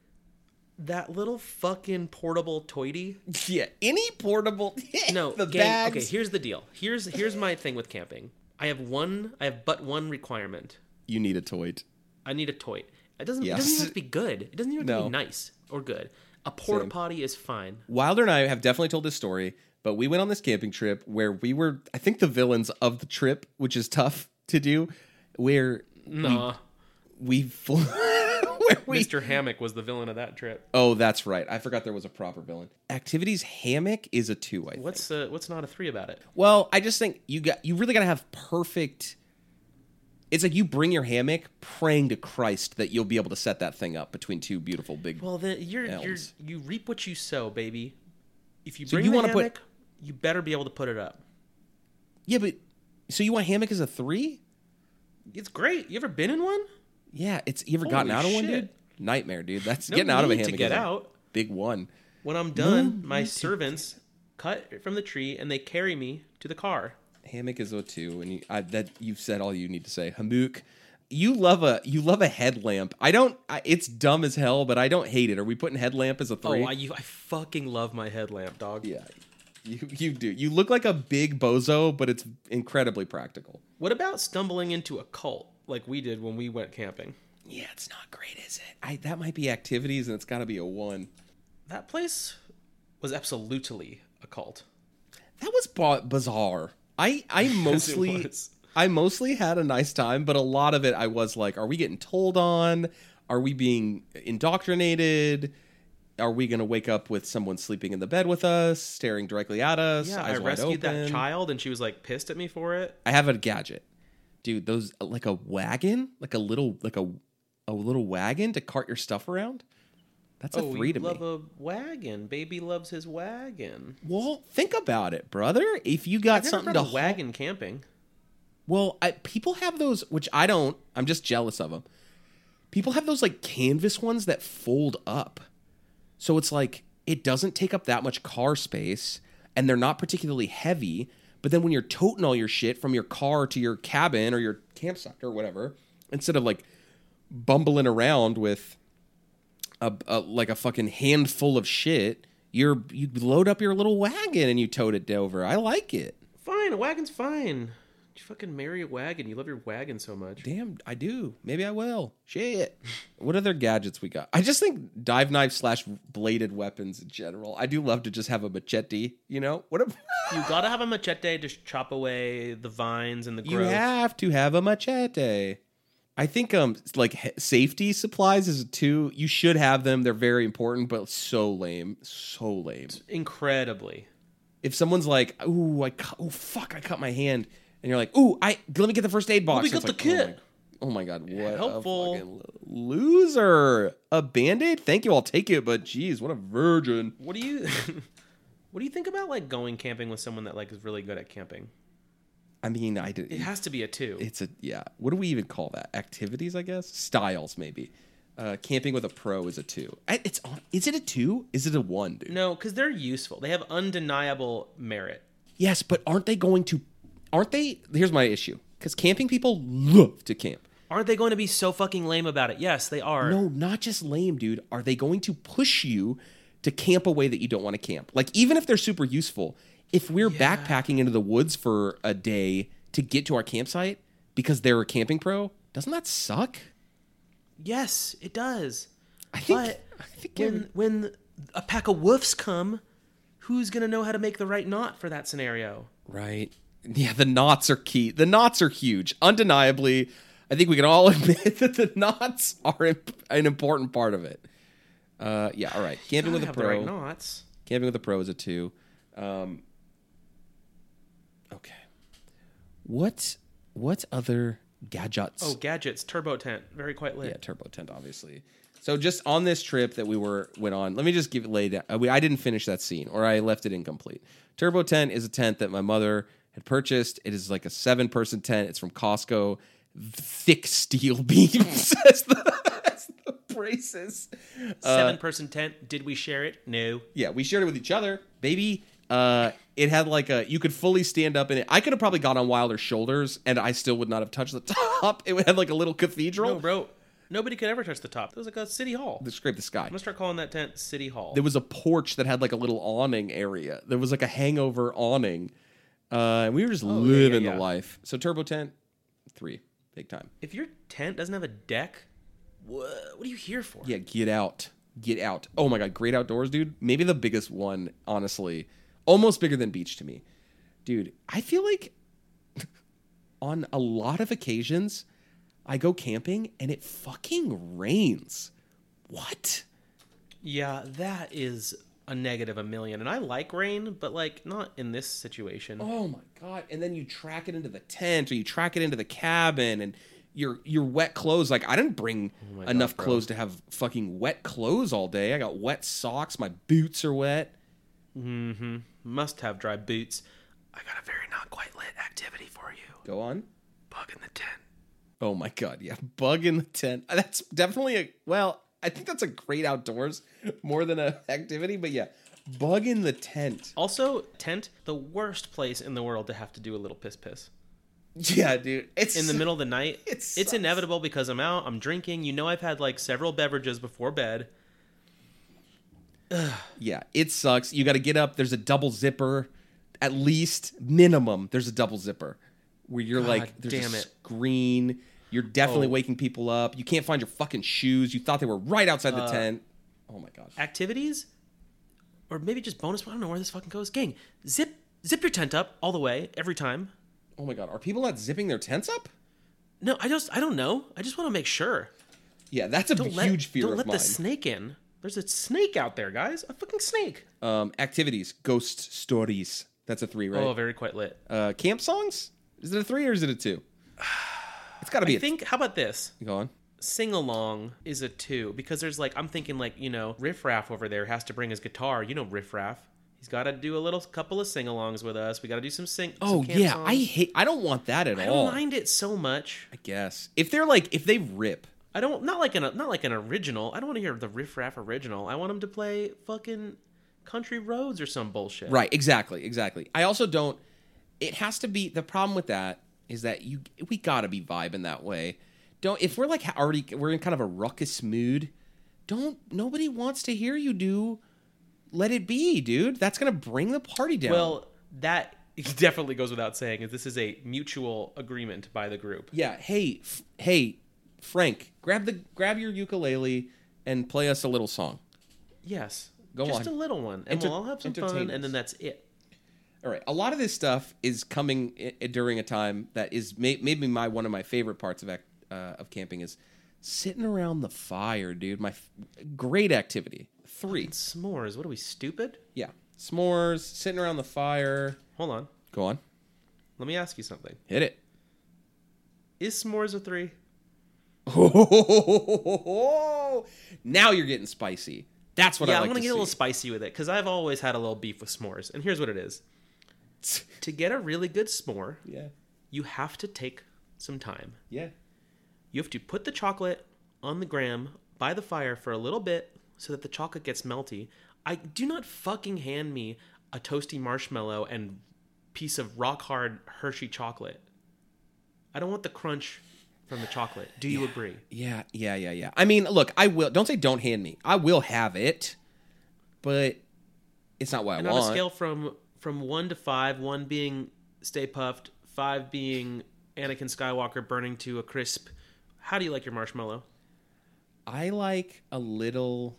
Speaker 2: That little fucking portable toity.
Speaker 1: Yeah, any portable. <laughs>
Speaker 2: No,
Speaker 1: the
Speaker 2: gang,
Speaker 1: bags.
Speaker 2: Okay, here's the deal. Here's here's my thing with camping. I have one. I have but one requirement.
Speaker 1: You need a toy.
Speaker 2: I need a toy. It doesn't. It doesn't
Speaker 1: Yes.
Speaker 2: even <laughs> have to be good. It doesn't even have to
Speaker 1: No.
Speaker 2: be nice or good. A porta
Speaker 1: Same.
Speaker 2: potty is fine.
Speaker 1: Wilder and I have definitely told this story, but we went on this camping trip where we were, I think, the villains of the trip, which is tough to do. Where
Speaker 2: Nah.
Speaker 1: we, fl- <laughs> where we
Speaker 2: Mr. Hammock was the villain of that trip.
Speaker 1: Oh, that's right. I forgot there was a proper villain. Activities hammock is a two. I think.
Speaker 2: What's uh, what's not a three about it?
Speaker 1: Well, I just think you got you really got to have perfect. It's like you bring your hammock, praying to Christ that you'll be able to set that thing up between two beautiful big.
Speaker 2: Well, then you're you're
Speaker 1: Elms.
Speaker 2: you reap what you sow, baby. If you
Speaker 1: So
Speaker 2: bring
Speaker 1: you
Speaker 2: the
Speaker 1: wanna put-
Speaker 2: hammock, you better be able to put it up.
Speaker 1: yeah, but so you want hammock as a three?
Speaker 2: It's great. You ever been in one?
Speaker 1: Yeah, it's you ever
Speaker 2: Holy
Speaker 1: gotten out of one,
Speaker 2: shit.
Speaker 1: dude? Nightmare, dude. That's
Speaker 2: No
Speaker 1: getting out of a
Speaker 2: need to
Speaker 1: hammock.
Speaker 2: get
Speaker 1: is a
Speaker 2: out.
Speaker 1: big one.
Speaker 2: When I'm done, my servants cut it from the tree and they carry me to the car.
Speaker 1: Hammock is a two, and you, I, that you've said all you need to say. Hamook, you love a you love a headlamp. I don't. I, it's dumb as hell, but I don't hate it. Are we putting headlamp as a three?
Speaker 2: Oh, I, you, I fucking love my headlamp, dog.
Speaker 1: Yeah, you you do. You look like a big bozo, but it's incredibly practical.
Speaker 2: What about stumbling into a cult like we did when we went camping?
Speaker 1: Yeah, it's not great, is it? I that might be activities, and it's got to be a one.
Speaker 2: That place was absolutely a cult.
Speaker 1: That was ba- bizarre. I
Speaker 2: <laughs>
Speaker 1: I mostly
Speaker 2: was.
Speaker 1: I mostly had a nice time, but a lot of it I was like, are we getting told on? Are we being indoctrinated? Are we going to wake up with someone sleeping in the bed with us, staring directly at us?
Speaker 2: <laughs> Yeah, I
Speaker 1: eyes wide
Speaker 2: rescued that
Speaker 1: open?
Speaker 2: child and she was like pissed at me for it.
Speaker 1: I have a gadget, dude. Those like a wagon, like a little like a a little wagon to cart your stuff around. That's a
Speaker 2: oh,
Speaker 1: three
Speaker 2: you
Speaker 1: to me.
Speaker 2: love a wagon. Baby loves his wagon.
Speaker 1: well, think about it, brother. If you got
Speaker 2: I've never
Speaker 1: something
Speaker 2: been
Speaker 1: to
Speaker 2: on a wagon camping.
Speaker 1: Well, I, people have those, which I don't. I'm just jealous of them. People have those like canvas ones that fold up. So it's like it doesn't take up that much car space and they're not particularly heavy. But then when you're toting all your shit from your car to your cabin or your campsite or whatever, instead of like bumbling around with a, a like a fucking handful of shit, you're you load up your little wagon and you tote it over. I like it.
Speaker 2: Fine, a wagon's fine. You fucking marry a wagon. You love your wagon so much.
Speaker 1: Damn, I do. Maybe I will. Shit. What other gadgets we got? I just think dive knife slash bladed weapons in general. I do love to just have a machete. You know what? If,
Speaker 2: You gotta have a machete to sh- chop away the vines and
Speaker 1: <laughs>
Speaker 2: the
Speaker 1: you
Speaker 2: growth.
Speaker 1: have to have a machete. I think um like he- safety supplies is a two. You should have them. They're very important, but so lame, so lame.
Speaker 2: Incredibly.
Speaker 1: If someone's like, "Ooh, I cu- oh fuck, I cut my hand," and you're like, "Ooh, I let me get the first aid box."
Speaker 2: we got
Speaker 1: It's
Speaker 2: the
Speaker 1: like, oh my
Speaker 2: kit.
Speaker 1: Oh my god, what
Speaker 2: Helpful.
Speaker 1: a fucking loser. A band-aid? Thank you, I'll take it, but geez, what a virgin.
Speaker 2: What do you <laughs> What do you think about like going camping with someone that like is really good at camping?
Speaker 1: I mean, I did
Speaker 2: It has to be a two.
Speaker 1: it's a yeah. What do we even call that? Activities, I guess? Styles, maybe. Uh, camping with a pro is a two. I, it's on is it a two? Is it a one, dude?
Speaker 2: no, because they're useful. They have undeniable merit.
Speaker 1: Yes, but aren't they going to aren't they here's my issue. Because camping people love to camp.
Speaker 2: Aren't they going to be so fucking lame about it? Yes, they are.
Speaker 1: No, not just lame, dude. Are they going to push you to camp a way that you don't want to camp? Like, even if they're super useful, if we're backpacking into the woods for a day to get to our campsite because they're a camping pro, doesn't that suck?
Speaker 2: Yes, it does.
Speaker 1: I think.
Speaker 2: But
Speaker 1: I think it-
Speaker 2: When when a pack of woofs come, who's gonna know how to make the right knot for that scenario?
Speaker 1: right. Yeah, the knots are key. The knots are huge, undeniably. I think we can all <laughs> admit that the knots are imp- an important part of it. Uh, yeah, all right. Camping with
Speaker 2: Gotta
Speaker 1: a
Speaker 2: have
Speaker 1: pro.
Speaker 2: the right knots.
Speaker 1: Camping with a Pro is a two. Um, okay. What what other gadgets?
Speaker 2: Oh, gadgets, turbo tent, very quite lit.
Speaker 1: yeah, turbo tent, obviously. So just on this trip that we were went on, let me just give lay down. uh, We, I didn't finish that scene, or I left it incomplete. Turbo tent is a tent that my mother had purchased. It is like a seven person tent. It's from Costco. Thick steel <laughs> beams as the, as the braces. Uh,
Speaker 2: Seven person tent. Did we share it? No.
Speaker 1: yeah, we shared it with each other, baby. Uh, it had like a you could fully stand up in it. I could have probably got on Wilder's shoulders, and I still would not have touched the <laughs> top. It had like a little cathedral.
Speaker 2: No, bro. Nobody could ever touch the top. It was like a city hall. I'm
Speaker 1: Scrape the sky.
Speaker 2: gonna start calling that tent City Hall.
Speaker 1: There was a porch that had like a little awning area. There was like a hangover awning, uh, and we were just
Speaker 2: Oh, yeah, yeah,
Speaker 1: living
Speaker 2: yeah.
Speaker 1: the life. So turbo tent, three, big time.
Speaker 2: if your tent doesn't have a deck, what, what are you here for?
Speaker 1: Yeah, get out. Get out. Oh my god, great outdoors, dude. Maybe the biggest one, honestly. Almost bigger than beach to me. Dude, I feel like <laughs> on a lot of occasions I go camping and it fucking rains. What?
Speaker 2: Yeah, that is a negative a million. And I like rain, but like not in this situation.
Speaker 1: Oh my god. And then you track it into the tent or you track it into the cabin and your your wet clothes like I didn't bring
Speaker 2: God,
Speaker 1: enough
Speaker 2: bro.
Speaker 1: clothes to have fucking wet clothes all day. I got wet socks, my boots are wet.
Speaker 2: Must have dry boots. I got a very not quite lit activity for you.
Speaker 1: Go on.
Speaker 2: Bug in the tent.
Speaker 1: Oh my god, yeah, bug in the tent. Uh, That's definitely a well. I think that's a great outdoors more than a activity, but yeah, bug in the tent.
Speaker 2: Also, tent, the worst place in the world to have to do a little piss piss.
Speaker 1: Yeah, dude, it's <laughs>
Speaker 2: In the middle of the night,
Speaker 1: It
Speaker 2: it's
Speaker 1: sucks.
Speaker 2: inevitable because I'm out, I'm drinking. You know, I've had like several beverages before bed.
Speaker 1: Yeah, it sucks. You got to get up. There's a double zipper, at least minimum. There's a double zipper where you're like, there's
Speaker 2: damn
Speaker 1: a
Speaker 2: it.
Speaker 1: screen. You're definitely
Speaker 2: Oh.
Speaker 1: waking people
Speaker 2: Uh,
Speaker 1: up. You can't find your fucking shoes. You thought they were right outside the tent. Oh my god.
Speaker 2: Activities, or maybe just bonus. I don't know where this fucking goes. Gang, zip zip your tent up all the way every time.
Speaker 1: Oh my god, are people not zipping their tents up?
Speaker 2: No, I just I don't know. I just want to make sure.
Speaker 1: Yeah, that's a
Speaker 2: Don't
Speaker 1: huge
Speaker 2: let
Speaker 1: fear
Speaker 2: don't
Speaker 1: of
Speaker 2: let
Speaker 1: mine.
Speaker 2: the snake in. There's a snake out there, guys. A fucking snake.
Speaker 1: um, activities, ghost stories. That's a three, right?
Speaker 2: Oh, very quite lit.
Speaker 1: uh, camp songs. Is it a three or is it a two? <sighs> It's got to be.
Speaker 2: I
Speaker 1: a
Speaker 2: think. How about this?
Speaker 1: Go on.
Speaker 2: Sing along is a two because there's like I'm thinking like you know Riff Raff over there has to bring his guitar. You know Riff Raff. He's got to do a little couple of sing-alongs with us. We got to do some sing. some
Speaker 1: Oh
Speaker 2: camp
Speaker 1: yeah,
Speaker 2: songs.
Speaker 1: I Oh. hate. I don't want that at
Speaker 2: I
Speaker 1: all.
Speaker 2: don't mind it so much.
Speaker 1: I guess if they're like if they rip.
Speaker 2: I don't not like an not like an original. I don't want to hear the riff raff original. I want him to play fucking country roads or some bullshit.
Speaker 1: Right. Exactly. Exactly. I also don't. It has to be the problem with that is that you we gotta be vibing that way. Don't if we're like ha- already we're in kind of a ruckus mood. Don't nobody wants to hear you do. Let it be, dude. That's gonna bring the party down.
Speaker 2: Well, that <laughs> definitely goes without saying. Is this is a mutual agreement by the group?
Speaker 1: yeah hey f- hey frank grab the grab your ukulele and play us a little song
Speaker 2: Yes.
Speaker 1: Go
Speaker 2: Just
Speaker 1: on.
Speaker 2: a little one, and
Speaker 1: Enter-
Speaker 2: we'll all have some
Speaker 1: entertain
Speaker 2: fun,
Speaker 1: us.
Speaker 2: and then that's it.
Speaker 1: all right a lot of this stuff is coming i- i- during a time that is may- maybe my one of my favorite parts of ac- uh, of camping is sitting around the fire dude my f- great activity three
Speaker 2: S'mores. What are we stupid?
Speaker 1: yeah smores sitting around the fire
Speaker 2: Hold on.
Speaker 1: go on
Speaker 2: Let me ask you something.
Speaker 1: hit it <laughs>
Speaker 2: Is s'mores a three?
Speaker 1: now you're getting spicy that's what
Speaker 2: yeah,
Speaker 1: i
Speaker 2: I
Speaker 1: like
Speaker 2: want to
Speaker 1: to
Speaker 2: get a little
Speaker 1: see.
Speaker 2: spicy with it because I've always had a little beef with s'mores, and here's what it is: to get a really good s'more,
Speaker 1: <laughs> yeah
Speaker 2: you have to take some time.
Speaker 1: yeah
Speaker 2: You have to put the chocolate on the graham by the fire for a little bit so that the chocolate gets melty. I do not fucking hand me a toasty marshmallow and piece of rock hard Hershey chocolate. I don't want the crunch from the chocolate. Do you agree?
Speaker 1: Yeah, yeah, yeah, yeah. I mean, look, I will. Don't say don't hand me. I will have it, but it's not what I
Speaker 2: And on
Speaker 1: want.
Speaker 2: a scale from from one to five, one being Stay Puffed, five being Anakin Skywalker burning to a crisp. How do you like your marshmallow?
Speaker 1: I like a little.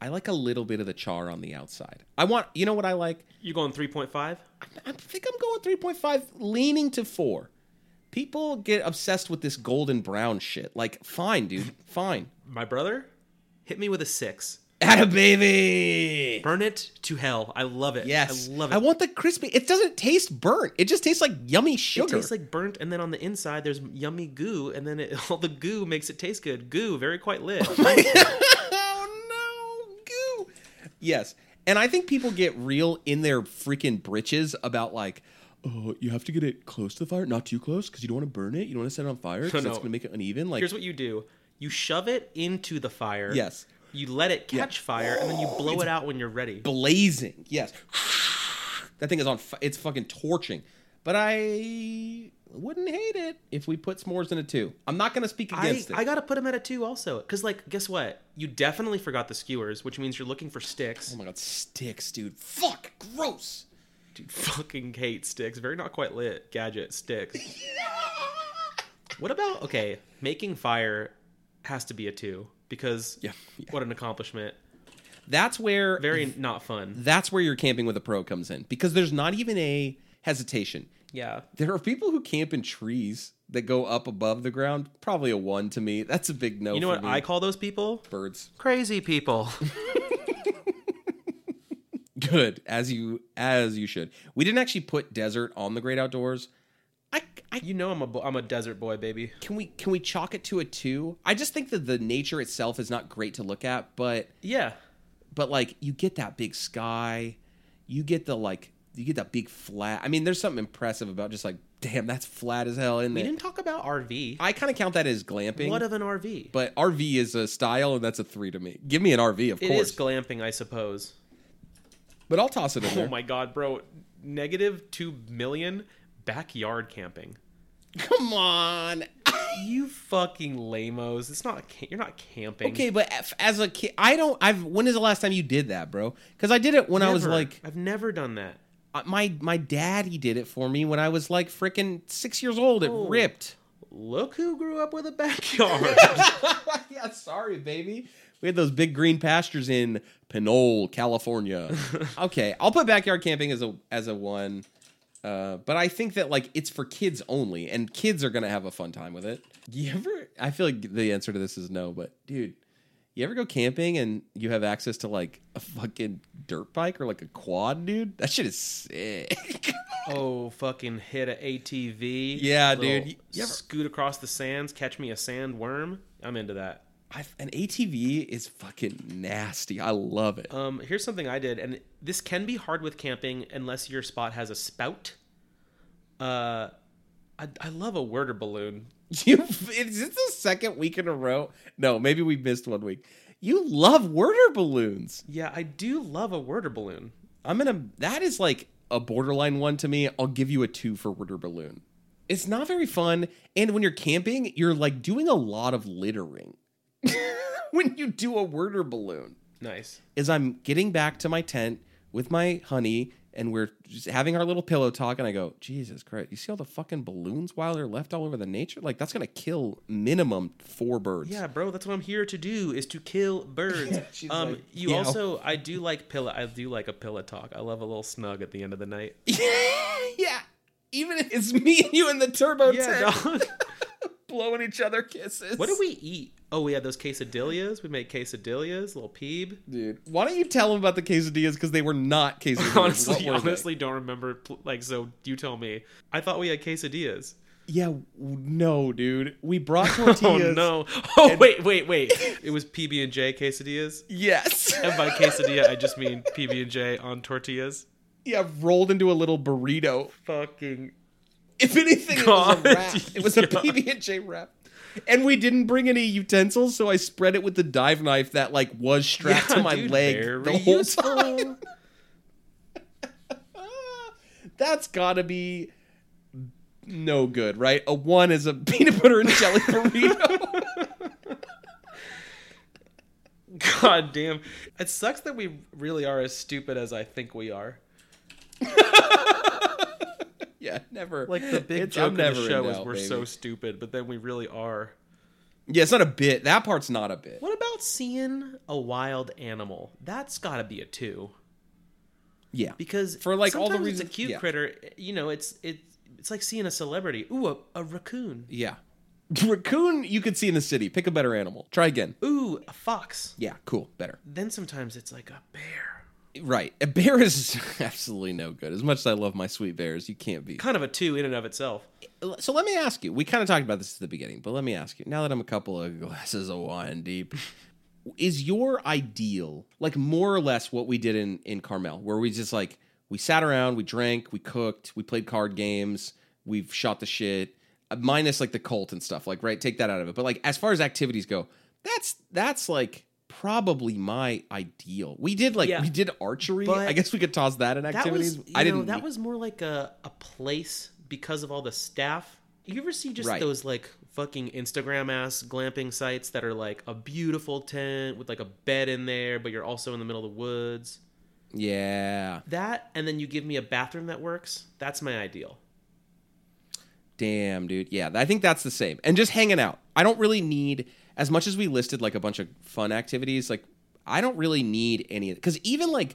Speaker 1: I like a little bit of the char on the outside. I want. You know what I like?
Speaker 2: You going three point five?
Speaker 1: I think I'm going three point five, leaning to four. People get obsessed with this golden brown shit. Like, fine,
Speaker 2: <laughs>
Speaker 1: dude, fine.
Speaker 2: My brother hit me with a six.
Speaker 1: Atta baby.
Speaker 2: Burn it to hell. I love it.
Speaker 1: Yes,
Speaker 2: I love it.
Speaker 1: I want the crispy. It doesn't taste burnt. It just tastes like yummy
Speaker 2: it
Speaker 1: sugar.
Speaker 2: tastes like burnt, and then on the inside there's yummy goo, and then it, <laughs> all the goo makes it taste good. Goo, very quite
Speaker 1: <laughs>
Speaker 2: lit.
Speaker 1: oh no, goo. Yes, and I think people get real in their freaking britches about like, oh, you have to get it close to the fire, not too close, because you don't want to burn it. You don't want to set it on fire because
Speaker 2: <laughs> No,
Speaker 1: that's
Speaker 2: no.
Speaker 1: going to make it uneven. Like,
Speaker 2: Here's what you do: you shove it into the fire.
Speaker 1: yes,
Speaker 2: You let it catch fire, and then you blow it out when you're ready.
Speaker 1: blazing. Yes, that thing is on. Fi- it's fucking torching. But I wouldn't hate it if we put s'mores in a two. I'm not going to speak
Speaker 2: I,
Speaker 1: against it.
Speaker 2: I gotta put them at a two also, because like, guess what? You definitely forgot the skewers, which means you're looking for sticks.
Speaker 1: oh my god, sticks, dude. Fuck, gross.
Speaker 2: Dude, <laughs> fucking hate sticks. Very not quite lit gadget sticks. What about okay? Making fire has to be a two because
Speaker 1: Yeah, yeah.
Speaker 2: what an accomplishment.
Speaker 1: That's where
Speaker 2: Very not fun.
Speaker 1: that's where your camping with a pro comes in because there's not even a hesitation.
Speaker 2: Yeah.
Speaker 1: There are people who camp in trees that go up above the ground. Probably a one to me. That's a big no.
Speaker 2: You know
Speaker 1: for
Speaker 2: what
Speaker 1: me.
Speaker 2: I call those people?
Speaker 1: birds. <laughs>
Speaker 2: Crazy people.
Speaker 1: Good as you as you should. We didn't actually put desert on the great outdoors. I, I
Speaker 2: <laughs> you know I'm a bo- I'm a desert boy, baby.
Speaker 1: can we can we chalk it to a two? I just think that the nature itself is not great to look at, but
Speaker 2: Yeah.
Speaker 1: but like you get that big sky you get the like you get that big flat i mean there's something impressive about just like damn that's flat as hell isn't
Speaker 2: We
Speaker 1: it
Speaker 2: didn't talk about RV.
Speaker 1: i kind of count that as glamping
Speaker 2: What of an RV?
Speaker 1: but rv is a style and that's a three to me give me an rv of
Speaker 2: It
Speaker 1: course
Speaker 2: is glamping, I suppose.
Speaker 1: but i'll toss it in there
Speaker 2: Oh my god, bro. Negative 2 million backyard camping.
Speaker 1: <laughs> come on
Speaker 2: You fucking lamos. It's not ca- you're not camping.
Speaker 1: okay but f- as a kid i don't i've when is the last time you did that bro because i did it when i was
Speaker 2: Never.
Speaker 1: like
Speaker 2: I've never done that.
Speaker 1: uh, my my daddy did it for me when i was like freaking six years old it
Speaker 2: Oh.
Speaker 1: ripped <laughs>
Speaker 2: Look who grew up with a backyard.
Speaker 1: yeah, sorry, baby. We had those big green pastures in Pinole, California. okay, I'll put backyard camping as a as a one. Uh, but I think that like it's for kids only, and kids are gonna have a fun time with it. You ever? I feel like the answer to this is no, but dude, you ever go camping and you have access to like a fucking dirt bike or like a quad, dude? That shit is sick. <laughs>
Speaker 2: Oh, fucking hit a ATV.
Speaker 1: Yeah,
Speaker 2: Little
Speaker 1: dude. You ever-
Speaker 2: scoot across the sands, catch me a sandworm. I'm into that.
Speaker 1: i an ATV is fucking nasty. I love it.
Speaker 2: Um, here's something I did, and this can be hard with camping unless your spot has a spout. Uh, I, I love a worder balloon.
Speaker 1: You is this the second week in a row? No, maybe we missed one week. You love Werder balloons.
Speaker 2: Yeah, I do love a worder balloon.
Speaker 1: I'm gonna that is like a borderline one to me. I'll give you a two for Werder balloon. It's not very fun, and when you're camping, you're like doing a lot of littering. <laughs> when you do a Werder balloon,
Speaker 2: Nice.
Speaker 1: is I'm getting back to my tent with my honey, and we're just having our little pillow talk, and I go, Jesus Christ, you see all the fucking balloons while they're left all over the nature? Like that's gonna kill minimum four birds.
Speaker 2: Yeah, bro, that's what I'm here to do is to kill birds.
Speaker 1: <laughs> She's
Speaker 2: um,
Speaker 1: like,
Speaker 2: you
Speaker 1: "Meow."
Speaker 2: also, I do like pillow. I do like a pillow talk. I love a little snug at the end of the night.
Speaker 1: <laughs> yeah. Even if it's me and you in the turbo
Speaker 2: Yeah,
Speaker 1: tent <laughs>
Speaker 2: dog.
Speaker 1: blowing each other kisses.
Speaker 2: What do we eat? Oh, we had those quesadillas. We made quesadillas, little peeb.
Speaker 1: dude? Why don't you tell them about the quesadillas because they were not quesadillas? What
Speaker 2: Honestly,
Speaker 1: were they?
Speaker 2: honestly, don't remember. pl- Like, so you tell me. I thought we had quesadillas.
Speaker 1: yeah, w- no, dude. We brought <laughs> tortillas.
Speaker 2: Oh no! Oh wait, wait, wait! It was PB and J quesadillas,
Speaker 1: Yes.
Speaker 2: and by quesadilla I just mean PB and J on tortillas.
Speaker 1: <laughs> yeah, rolled into a little burrito.
Speaker 2: Fucking
Speaker 1: If anything,
Speaker 2: God,
Speaker 1: it was a
Speaker 2: <laughs>
Speaker 1: wrap. It was a
Speaker 2: yeah.
Speaker 1: PB and J wrap. And we didn't bring any utensils, so I spread it with the dive knife that like was strapped to
Speaker 2: Yeah,
Speaker 1: my
Speaker 2: dude,
Speaker 1: leg
Speaker 2: very
Speaker 1: the whole
Speaker 2: useful.
Speaker 1: time. That's gotta be no good, right? A one is a <laughs> peanut butter and jelly burrito.
Speaker 2: <laughs>
Speaker 1: <laughs>
Speaker 2: God damn! It sucks that we really are as stupid as I think we are.
Speaker 1: yeah, never. <laughs>
Speaker 2: Like the big
Speaker 1: It's-
Speaker 2: joke
Speaker 1: I'm
Speaker 2: of
Speaker 1: never
Speaker 2: the
Speaker 1: in
Speaker 2: show is
Speaker 1: doubt,
Speaker 2: we're
Speaker 1: baby.
Speaker 2: so stupid, but then we really are.
Speaker 1: Yeah, it's not a bit. That part's not a bit.
Speaker 2: What about seeing a wild animal? That's got to be a two.
Speaker 1: Yeah.
Speaker 2: because
Speaker 1: For, like, all the
Speaker 2: sometimes
Speaker 1: reasons-
Speaker 2: it's a cute
Speaker 1: yeah.
Speaker 2: critter you know it's it's it's like seeing a celebrity ooh a, a raccoon
Speaker 1: Yeah. <laughs> Raccoon you could see in the city. Pick a better animal. Try again.
Speaker 2: ooh a fox
Speaker 1: Yeah, cool. Better.
Speaker 2: then sometimes it's like a bear
Speaker 1: Right. A bear is <laughs> absolutely no good. As much as I love my sweet bears, you can't be.
Speaker 2: kind of a two in and of itself
Speaker 1: So let me ask you. We kind of talked about this at the beginning, but let me ask you. Now that I'm a couple of glasses of wine deep, is your ideal like more or less what we did in in Carmel, where we just like we sat around, we drank, we cooked, we played card games, we've shot the shit, uh, minus like the cult and stuff. Like, right, take that out of it. But like as far as activities go, that's that's like probably my ideal. We did like
Speaker 2: Yeah.
Speaker 1: we did archery.
Speaker 2: But-
Speaker 1: I guess we could toss that in
Speaker 2: that
Speaker 1: activities.
Speaker 2: was you
Speaker 1: I didn't. e-
Speaker 2: know, that was more like a, a place because of all the staff you ever see just
Speaker 1: Right.
Speaker 2: those like fucking instagram ass glamping sites that are like a beautiful tent with like a bed in there but you're also in the middle of the woods
Speaker 1: yeah.
Speaker 2: that and then you give me a bathroom that works that's my ideal
Speaker 1: Damn, dude. Yeah, I think that's the same. And just hanging out. I don't really need as much as we listed like a bunch of fun activities. Like I don't really need any because even like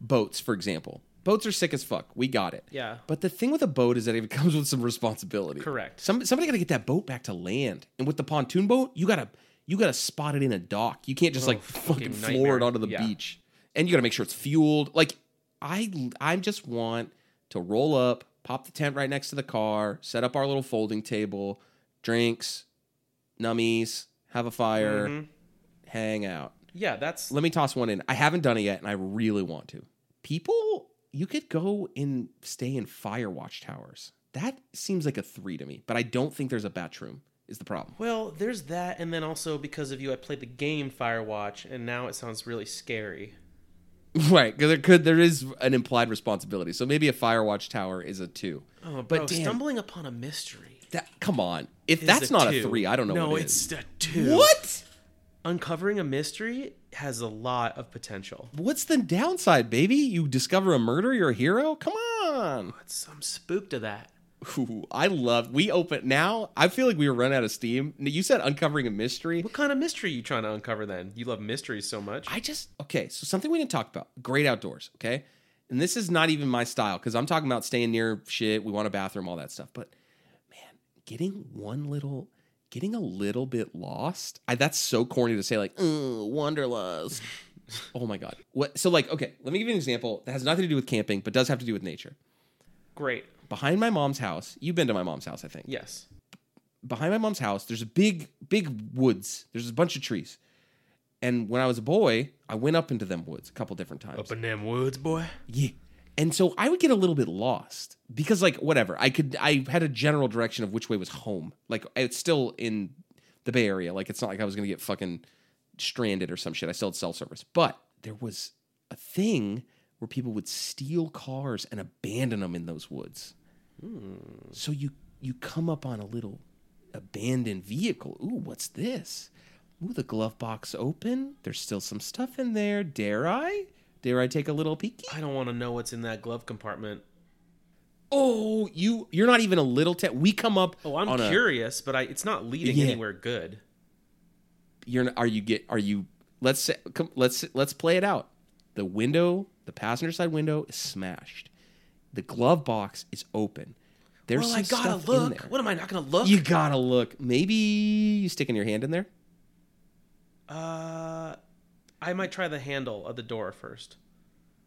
Speaker 1: boats, for example, boats are sick as fuck. We got it.
Speaker 2: Yeah.
Speaker 1: But the thing with a boat is that it <laughs> comes with some responsibility.
Speaker 2: Correct.
Speaker 1: Some somebody got to get that boat back to land, and with the pontoon boat, you gotta you gotta spot it in a dock. You can't just like fucking,
Speaker 2: Oh, fucking
Speaker 1: floor it
Speaker 2: nightmare.
Speaker 1: onto the
Speaker 2: Yeah.
Speaker 1: beach, and you gotta make sure it's fueled. Like I I just want to roll up, pop the tent right next to the car, set up our little folding table, drinks, nummies, have a fire,
Speaker 2: Mhm.
Speaker 1: hang out.
Speaker 2: yeah that's
Speaker 1: Let me toss one in. I haven't done it yet, and I really want to. People, you could go and stay in fire watch towers. That seems like a three to me, but I don't think there's a bathroom. Is the problem? <laughs>
Speaker 2: Well, there's that, and then also because of you, I played the game Firewatch, and now it sounds really scary.
Speaker 1: Right, because there could there is an implied responsibility. So maybe a fire watch tower is a two.
Speaker 2: Oh,
Speaker 1: But
Speaker 2: but
Speaker 1: damn.
Speaker 2: stumbling upon a mystery.
Speaker 1: That come on, if
Speaker 2: is
Speaker 1: that's not
Speaker 2: two.
Speaker 1: a three, I don't know.
Speaker 2: No,
Speaker 1: what it
Speaker 2: it's
Speaker 1: is.
Speaker 2: a two.
Speaker 1: what?
Speaker 2: Uncovering a mystery has a lot of potential.
Speaker 1: What's the downside, baby? You discover a murder, you're a hero. Come on.
Speaker 2: But some spook to that.
Speaker 1: Ooh, I love. We open now. I feel like we were run out of steam. You said uncovering a mystery.
Speaker 2: What kind of mystery are you trying to uncover then? You love mysteries so much.
Speaker 1: I just okay. So something we didn't talk about. Great outdoors. Okay, and this is not even my style because I'm talking about staying near shit. We want a bathroom, all that stuff. But man, getting one little, getting a little bit lost. I, that's so corny to say. Like "Ugh, wanderlust. <laughs> oh my god. What? So like, okay. Let me give you an example that has nothing to do with camping, but does have to do with nature.
Speaker 2: Great.
Speaker 1: Behind my mom's house, you've been to my mom's house, I think
Speaker 2: Yes.
Speaker 1: behind my mom's house, there's a big, big woods. There's a bunch of trees. And when I was a boy, I went up into them woods a couple different times.
Speaker 2: in them woods, boy.
Speaker 1: yeah. And so I would get a little bit lost because, like, whatever. I could, I had a general direction of which way was home. Like, it's still in the Bay Area. Like, it's not like I was going to get fucking stranded or some shit. I still had cell service. But there was a thing where people would steal cars and abandon them in those woods. So you you come up on a little abandoned vehicle. Ooh, what's this? Ooh, the glove box open. There's still some stuff in there. Dare I? Dare I take a little peeky?
Speaker 2: I don't want to know what's in that glove compartment.
Speaker 1: Oh, you you're not even a little te- we come up
Speaker 2: Oh, I'm
Speaker 1: on a-
Speaker 2: curious, but I, it's not leading
Speaker 1: Yeah.
Speaker 2: anywhere good.
Speaker 1: you're are you get are you let's say, come, let's let's play it out. The window, the passenger side window is smashed. The glove box is open. There's
Speaker 2: Well,
Speaker 1: some
Speaker 2: I gotta
Speaker 1: stuff in
Speaker 2: look.
Speaker 1: there.
Speaker 2: What am I not gonna look?
Speaker 1: You gotta look. Maybe you sticking your hand in there.
Speaker 2: Uh, I might try the handle of the door first.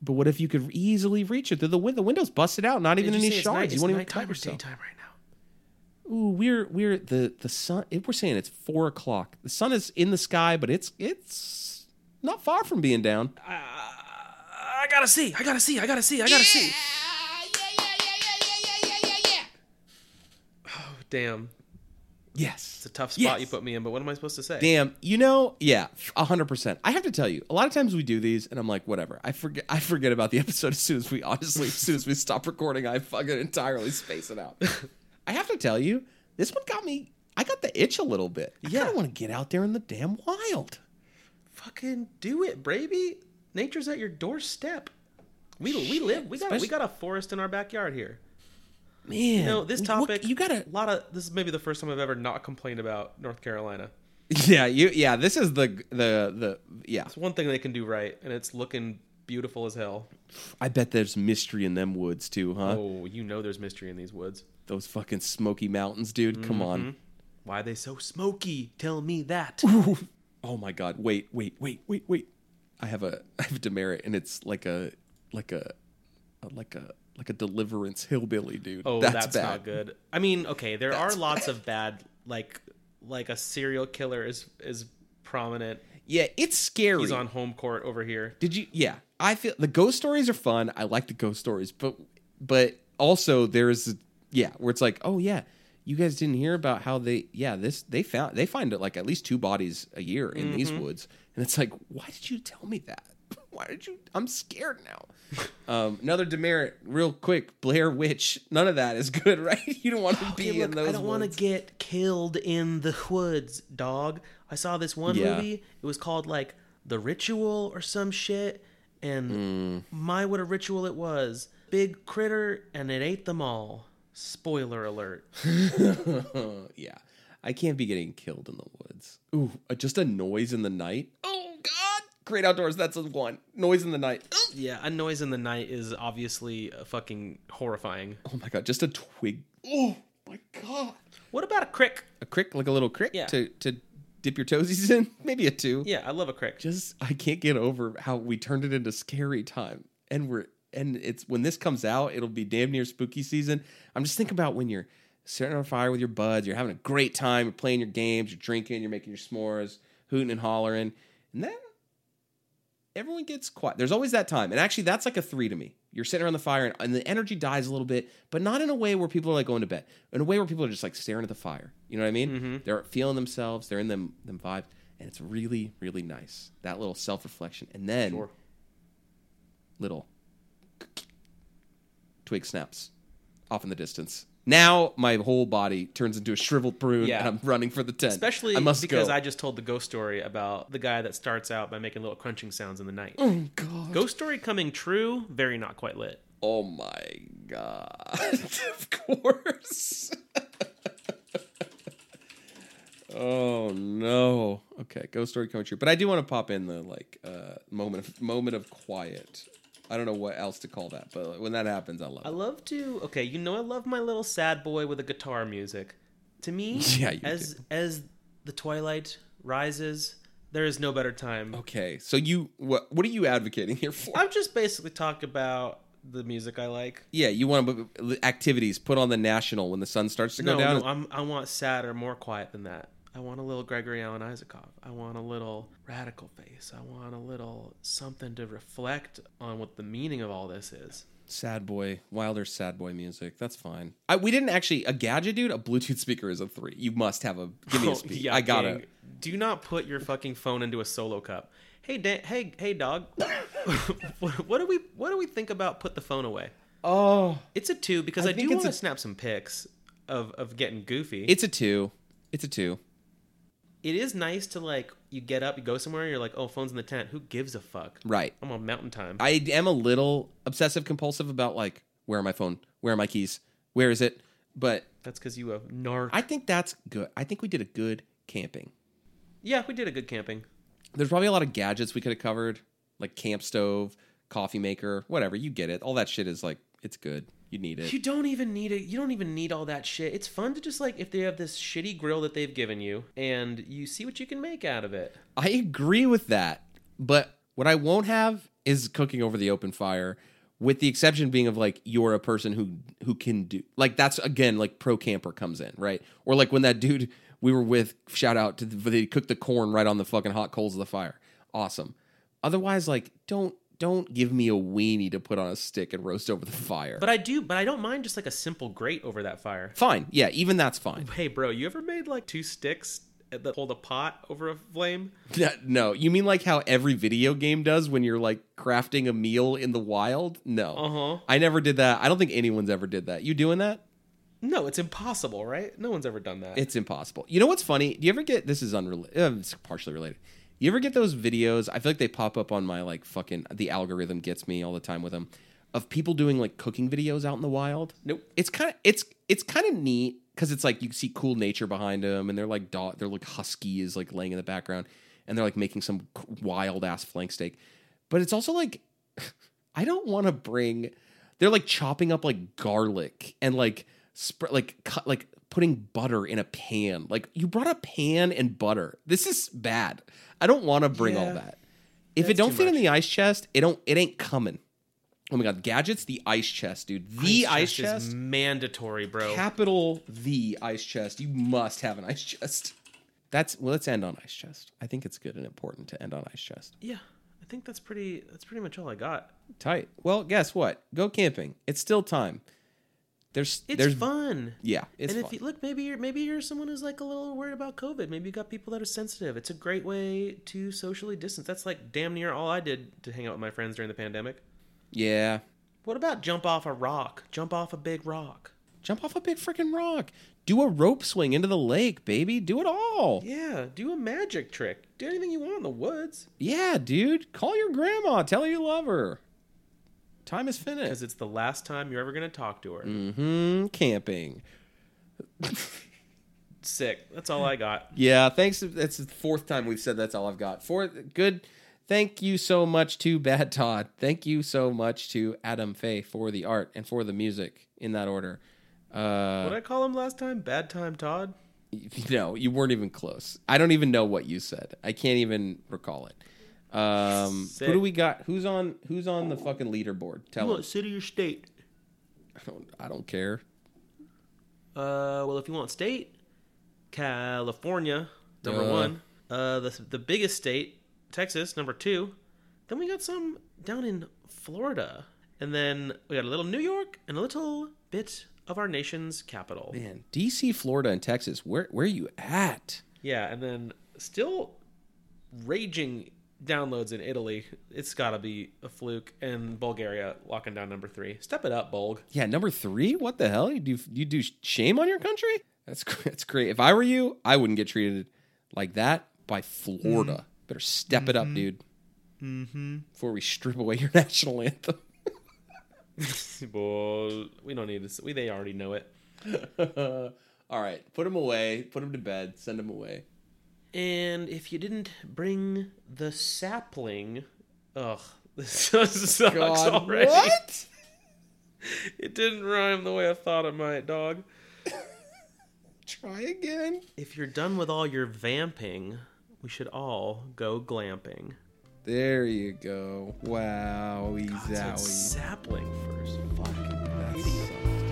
Speaker 1: But what if you could easily reach it through the window? The window's busted out, not even
Speaker 2: Did you
Speaker 1: any
Speaker 2: say it's
Speaker 1: shards.
Speaker 2: night-
Speaker 1: You won't
Speaker 2: it's
Speaker 1: even cut
Speaker 2: nighttime or
Speaker 1: yourself.
Speaker 2: daytime right now.
Speaker 1: Ooh, we're we're the the sun. If we're saying it's four o'clock, the sun is in the sky, but it's it's not far from being down.
Speaker 2: Uh, I gotta see. I gotta see. I gotta see. I gotta see. Oh, damn. It's
Speaker 1: Yes.
Speaker 2: a tough spot
Speaker 1: Yes.
Speaker 2: you put me in, but what am I supposed to say?
Speaker 1: Damn. You know, yeah, a hundred percent. I have to tell you, a lot of times we do these, and I'm like, whatever. I forget. I forget about the <laughs> episode as soon as we honestly, as soon as we stop recording, I fucking entirely space it <laughs> out. I have to tell you, this one got me. I got the itch a little bit. I
Speaker 2: Yeah.
Speaker 1: kind of want to get out there in the damn wild.
Speaker 2: Fucking do it, baby. Nature's at your doorstep. We we live. We got we
Speaker 1: Especially-
Speaker 2: got a forest in our backyard here.
Speaker 1: Man,
Speaker 2: No, this
Speaker 1: what-
Speaker 2: topic.
Speaker 1: you gotta.
Speaker 2: a lot of. This is maybe the first time I've ever not complained about North Carolina.
Speaker 1: <laughs> Yeah, you. Yeah, this is the the the. Yeah,
Speaker 2: It's one thing they can do right, and it's looking beautiful as hell.
Speaker 1: I bet there's mystery in them woods too, huh?
Speaker 2: Oh, you know there's mystery in these woods.
Speaker 1: Those fucking Smoky Mountains, dude. Come on.
Speaker 2: Why are they so smoky? Tell
Speaker 1: <laughs>
Speaker 2: me that.
Speaker 1: Oh my God! Wait, wait, wait, wait, wait. I have a <laughs> I have a demerit, and it's like a like a like a like a deliverance hillbilly, dude.
Speaker 2: Oh,
Speaker 1: that's,
Speaker 2: that's,
Speaker 1: bad.
Speaker 2: not good. I mean, okay, there
Speaker 1: That's
Speaker 2: are lots of bad, like like a serial killer is is prominent.
Speaker 1: Yeah, it's scary.
Speaker 2: He's on home court over here.
Speaker 1: Did you? Yeah, I feel the ghost stories are fun. I like the ghost stories, but but also there's yeah where it's like oh yeah, you guys didn't hear about how they yeah this they found they find like at least two bodies a year in these
Speaker 2: Mm-hmm.
Speaker 1: woods, and it's like why did you tell me that? <laughs> Why did you? I'm scared now.
Speaker 2: <laughs>
Speaker 1: um, another demerit, real quick. Blair Witch. None of that is good, <laughs> right? You don't
Speaker 2: <gasps>
Speaker 1: want to be in those.
Speaker 2: I don't want to
Speaker 1: woods.
Speaker 2: get killed in the woods, dog. I saw this one
Speaker 1: Yeah.
Speaker 2: movie. It was called like The Ritual or some shit, and my what a ritual it was. Big critter, and it ate them all. Spoiler alert.
Speaker 1: Uh, yeah. I can't be getting killed in the woods. Ooh, uh, just a noise in the night. Oh God! Great outdoors. That's the one. Noise in the night. Ooh.
Speaker 2: <laughs> Yeah, a noise in the night is obviously uh, fucking horrifying.
Speaker 1: Oh my God! Just a twig. Oh my God!
Speaker 2: What about a crick?
Speaker 1: A crick, like a little crick
Speaker 2: Yeah.
Speaker 1: to to dip your toesies in. <laughs> Maybe a two.
Speaker 2: Yeah, I love a crick.
Speaker 1: Just I can't get over how we turned it into scary time, and we're and it's when this comes out, it'll be damn near spooky season. I'm just thinking about when you're sitting on fire with your buds, you're having a great time, you're playing your games, you're drinking, you're making your s'mores, hooting and hollering, and then everyone gets quiet. There's always that time. And actually, that's like a three to me. You're sitting around the fire and, and the energy dies a little bit, but not in a way where people are like going to bed, in a way where people are just like staring at the fire. You know what I mean?
Speaker 2: Mm-hmm.
Speaker 1: They're feeling themselves, they're in them, them vibes. And it's really, really nice. That little self reflection. And then
Speaker 2: Sure.
Speaker 1: little twig snaps off in the distance. Now my whole body turns into a shriveled prune
Speaker 2: Yeah.
Speaker 1: and I'm running for the tent.
Speaker 2: Especially
Speaker 1: I must
Speaker 2: because
Speaker 1: go.
Speaker 2: I just told the ghost story about the guy that Mm. starts out by making little crunching sounds in the night.
Speaker 1: Oh, God.
Speaker 2: Ghost story coming true, very not quite lit.
Speaker 1: Oh my god. <laughs> of course. <laughs> oh no. Okay, ghost story coming true. But I do want to pop in the like uh moment of moment of quiet. I don't know what else to call that, but when that happens, I love
Speaker 2: I
Speaker 1: it.
Speaker 2: love to. Okay, you know I love my little sad boy with the guitar music. To me,
Speaker 1: <laughs> Yeah, you
Speaker 2: as as the twilight rises, there is no better time.
Speaker 1: Okay, so you what what are you advocating here for?
Speaker 2: I'm just basically talking about the music I like.
Speaker 1: yeah, you want to activities put on the national when the sun starts to go
Speaker 2: no,
Speaker 1: down.
Speaker 2: no, I'm, I want sadder, more quiet than that. I want a little Gregory Alan Isakov. I want a little radical face. I want a little something to reflect on what the meaning of all this is.
Speaker 1: sad boy, Wilder sad boy music. That's fine. I, we didn't actually a gadget dude. A Bluetooth speaker is a three. You must have a give me a
Speaker 2: Oh,
Speaker 1: speaker.
Speaker 2: yeah,
Speaker 1: I got
Speaker 2: gang.
Speaker 1: it.
Speaker 2: Do not put your fucking phone into a solo cup. Hey, da- hey, hey, dog. <laughs> what, what do we what do we think about put the phone away?
Speaker 1: Oh,
Speaker 2: It's a two because I, do
Speaker 1: think it's
Speaker 2: want to
Speaker 1: a-
Speaker 2: snap some pics of of getting goofy.
Speaker 1: it's a two. It's a two.
Speaker 2: it is nice to like you get up, you go somewhere, you're like, oh, phone's in the tent. Who gives a fuck?
Speaker 1: Right.
Speaker 2: I'm on mountain time.
Speaker 1: I am a little obsessive compulsive about like where are my phone? Where are my keys? Where is it? But
Speaker 2: That's because you have narc.
Speaker 1: I think that's good. I think we did a good camping.
Speaker 2: yeah, we did a good camping.
Speaker 1: There's probably a lot of gadgets we could have covered, like camp stove, coffee maker, whatever. You get it. All that shit is like it's good. You need it.
Speaker 2: You don't even need it. You don't even need all that shit. It's fun to just like if they have this shitty grill that they've given you, and you see what you can make out of it.
Speaker 1: I agree with that, but what I won't have is cooking over the open fire. With the exception being of like you're a person who who can do like that's again like pro camper comes in right or like when that dude we were with shout out to the, they cooked the corn right on the fucking hot coals of the fire awesome otherwise like don't don't give me a weenie to put on a stick and roast over the fire
Speaker 2: But I do, but I don't mind just like a simple grate over that fire.
Speaker 1: fine yeah even that's fine
Speaker 2: Hey, bro, you ever made like two sticks that hold a pot over a flame?
Speaker 1: no you mean like how every video game does when you're like crafting a meal in the wild no
Speaker 2: Uh huh.
Speaker 1: I never did that. I don't think anyone's ever did that. You doing that?
Speaker 2: No, it's impossible, right? No one's ever done that.
Speaker 1: It's impossible. You know what's funny? Do you ever get this is unrelated? Uh, it's partially related. You ever get those videos? I feel like they pop up on my like fucking the algorithm gets me all the time with them of people doing like cooking videos out in the wild.
Speaker 2: nope.
Speaker 1: It's kind of it's it's kind of neat because it's like you see cool nature behind them and they're like dog they're like husky is like laying in the background and they're like making some wild ass flank steak. But it's also like <laughs> I don't want to bring. They're like chopping up like garlic and like spread like cut like putting butter in a pan. Like you brought a pan and butter. This is bad. I don't want to bring all
Speaker 2: Yeah.
Speaker 1: that. If it
Speaker 2: That's
Speaker 1: don't
Speaker 2: too
Speaker 1: fit in the ice chest, it don't. It ain't coming. Oh my god, gadgets, the ice chest, dude. The ice chest,
Speaker 2: is mandatory, bro.
Speaker 1: capital the ice chest. You must have an ice chest. That's well. Let's end on ice chest. I think it's good and important to end on ice chest.
Speaker 2: yeah, I think that's pretty. That's pretty much all I got.
Speaker 1: Tight. Well, guess what? Go camping. It's still time. There's
Speaker 2: It's
Speaker 1: there's
Speaker 2: fun.
Speaker 1: yeah, it's
Speaker 2: and if
Speaker 1: fun.
Speaker 2: you look, maybe you're maybe you're someone who's like a little worried about COVID. Maybe you got people that are sensitive. It's a great way to socially distance. That's like damn near all I did to hang out with my friends during the pandemic.
Speaker 1: yeah.
Speaker 2: What about jump off a rock? Jump off a big rock.
Speaker 1: Jump off a big freaking rock. Do a rope swing into the lake, baby. Do it all.
Speaker 2: Yeah, do a magic trick. Do anything you want in the woods.
Speaker 1: Yeah, dude. Call your grandma. Tell her you love her. Time is finished.
Speaker 2: Because it's the last time you're ever going to talk to her.
Speaker 1: Mm-hmm. Camping.
Speaker 2: Sick. That's all I got.
Speaker 1: Yeah, thanks. That's the fourth time we've said that's all I've got. Fourth, good. Thank you so much to Bad Todd. Thank you so much to Adam Fay for the art and for the music in that order. Uh,
Speaker 2: What did I call him last time? Bad time Todd?
Speaker 1: <laughs> no, you weren't even close. I don't even know what you said. I can't even recall it. Um, who
Speaker 2: Sick.
Speaker 1: do we got? Who's on? Who's on the fucking leaderboard? Tell us.
Speaker 2: city or state?
Speaker 1: I don't, I don't care.
Speaker 2: Uh, well, if you want state, California, number
Speaker 1: Duh.
Speaker 2: one. Uh, the, the biggest state, Texas, number two. Then we got some down in Florida. And then we got a little New York and a little bit of our nation's capital.
Speaker 1: Man, DC, Florida, and Texas. Where where are you at?
Speaker 2: Yeah, and then still raging downloads in Italy. It's got to be a fluke. And Bulgaria locking down number three. Step it up, Bulg.
Speaker 1: Yeah, number three. What the hell? You do you do shame on your country? That's cr- that's great. If I were you, I wouldn't get treated like that by Florida. Better Mm-hmm. <laughs> step it up, dude. Mm-hmm. Before we strip away your national anthem.
Speaker 2: Well, we don't need to. We they already know it.
Speaker 1: All right, put him away. Put him to bed. Send him away.
Speaker 2: And if you didn't bring the sapling, ugh, <laughs> this sucks already.
Speaker 1: what?
Speaker 2: It didn't rhyme the way I thought it might, dog.
Speaker 1: <laughs> Try again.
Speaker 2: If you're done with all your vamping, we should all go glamping.
Speaker 1: There you go. Wow,
Speaker 2: So it's sapling first. Fuck.
Speaker 1: That sucks.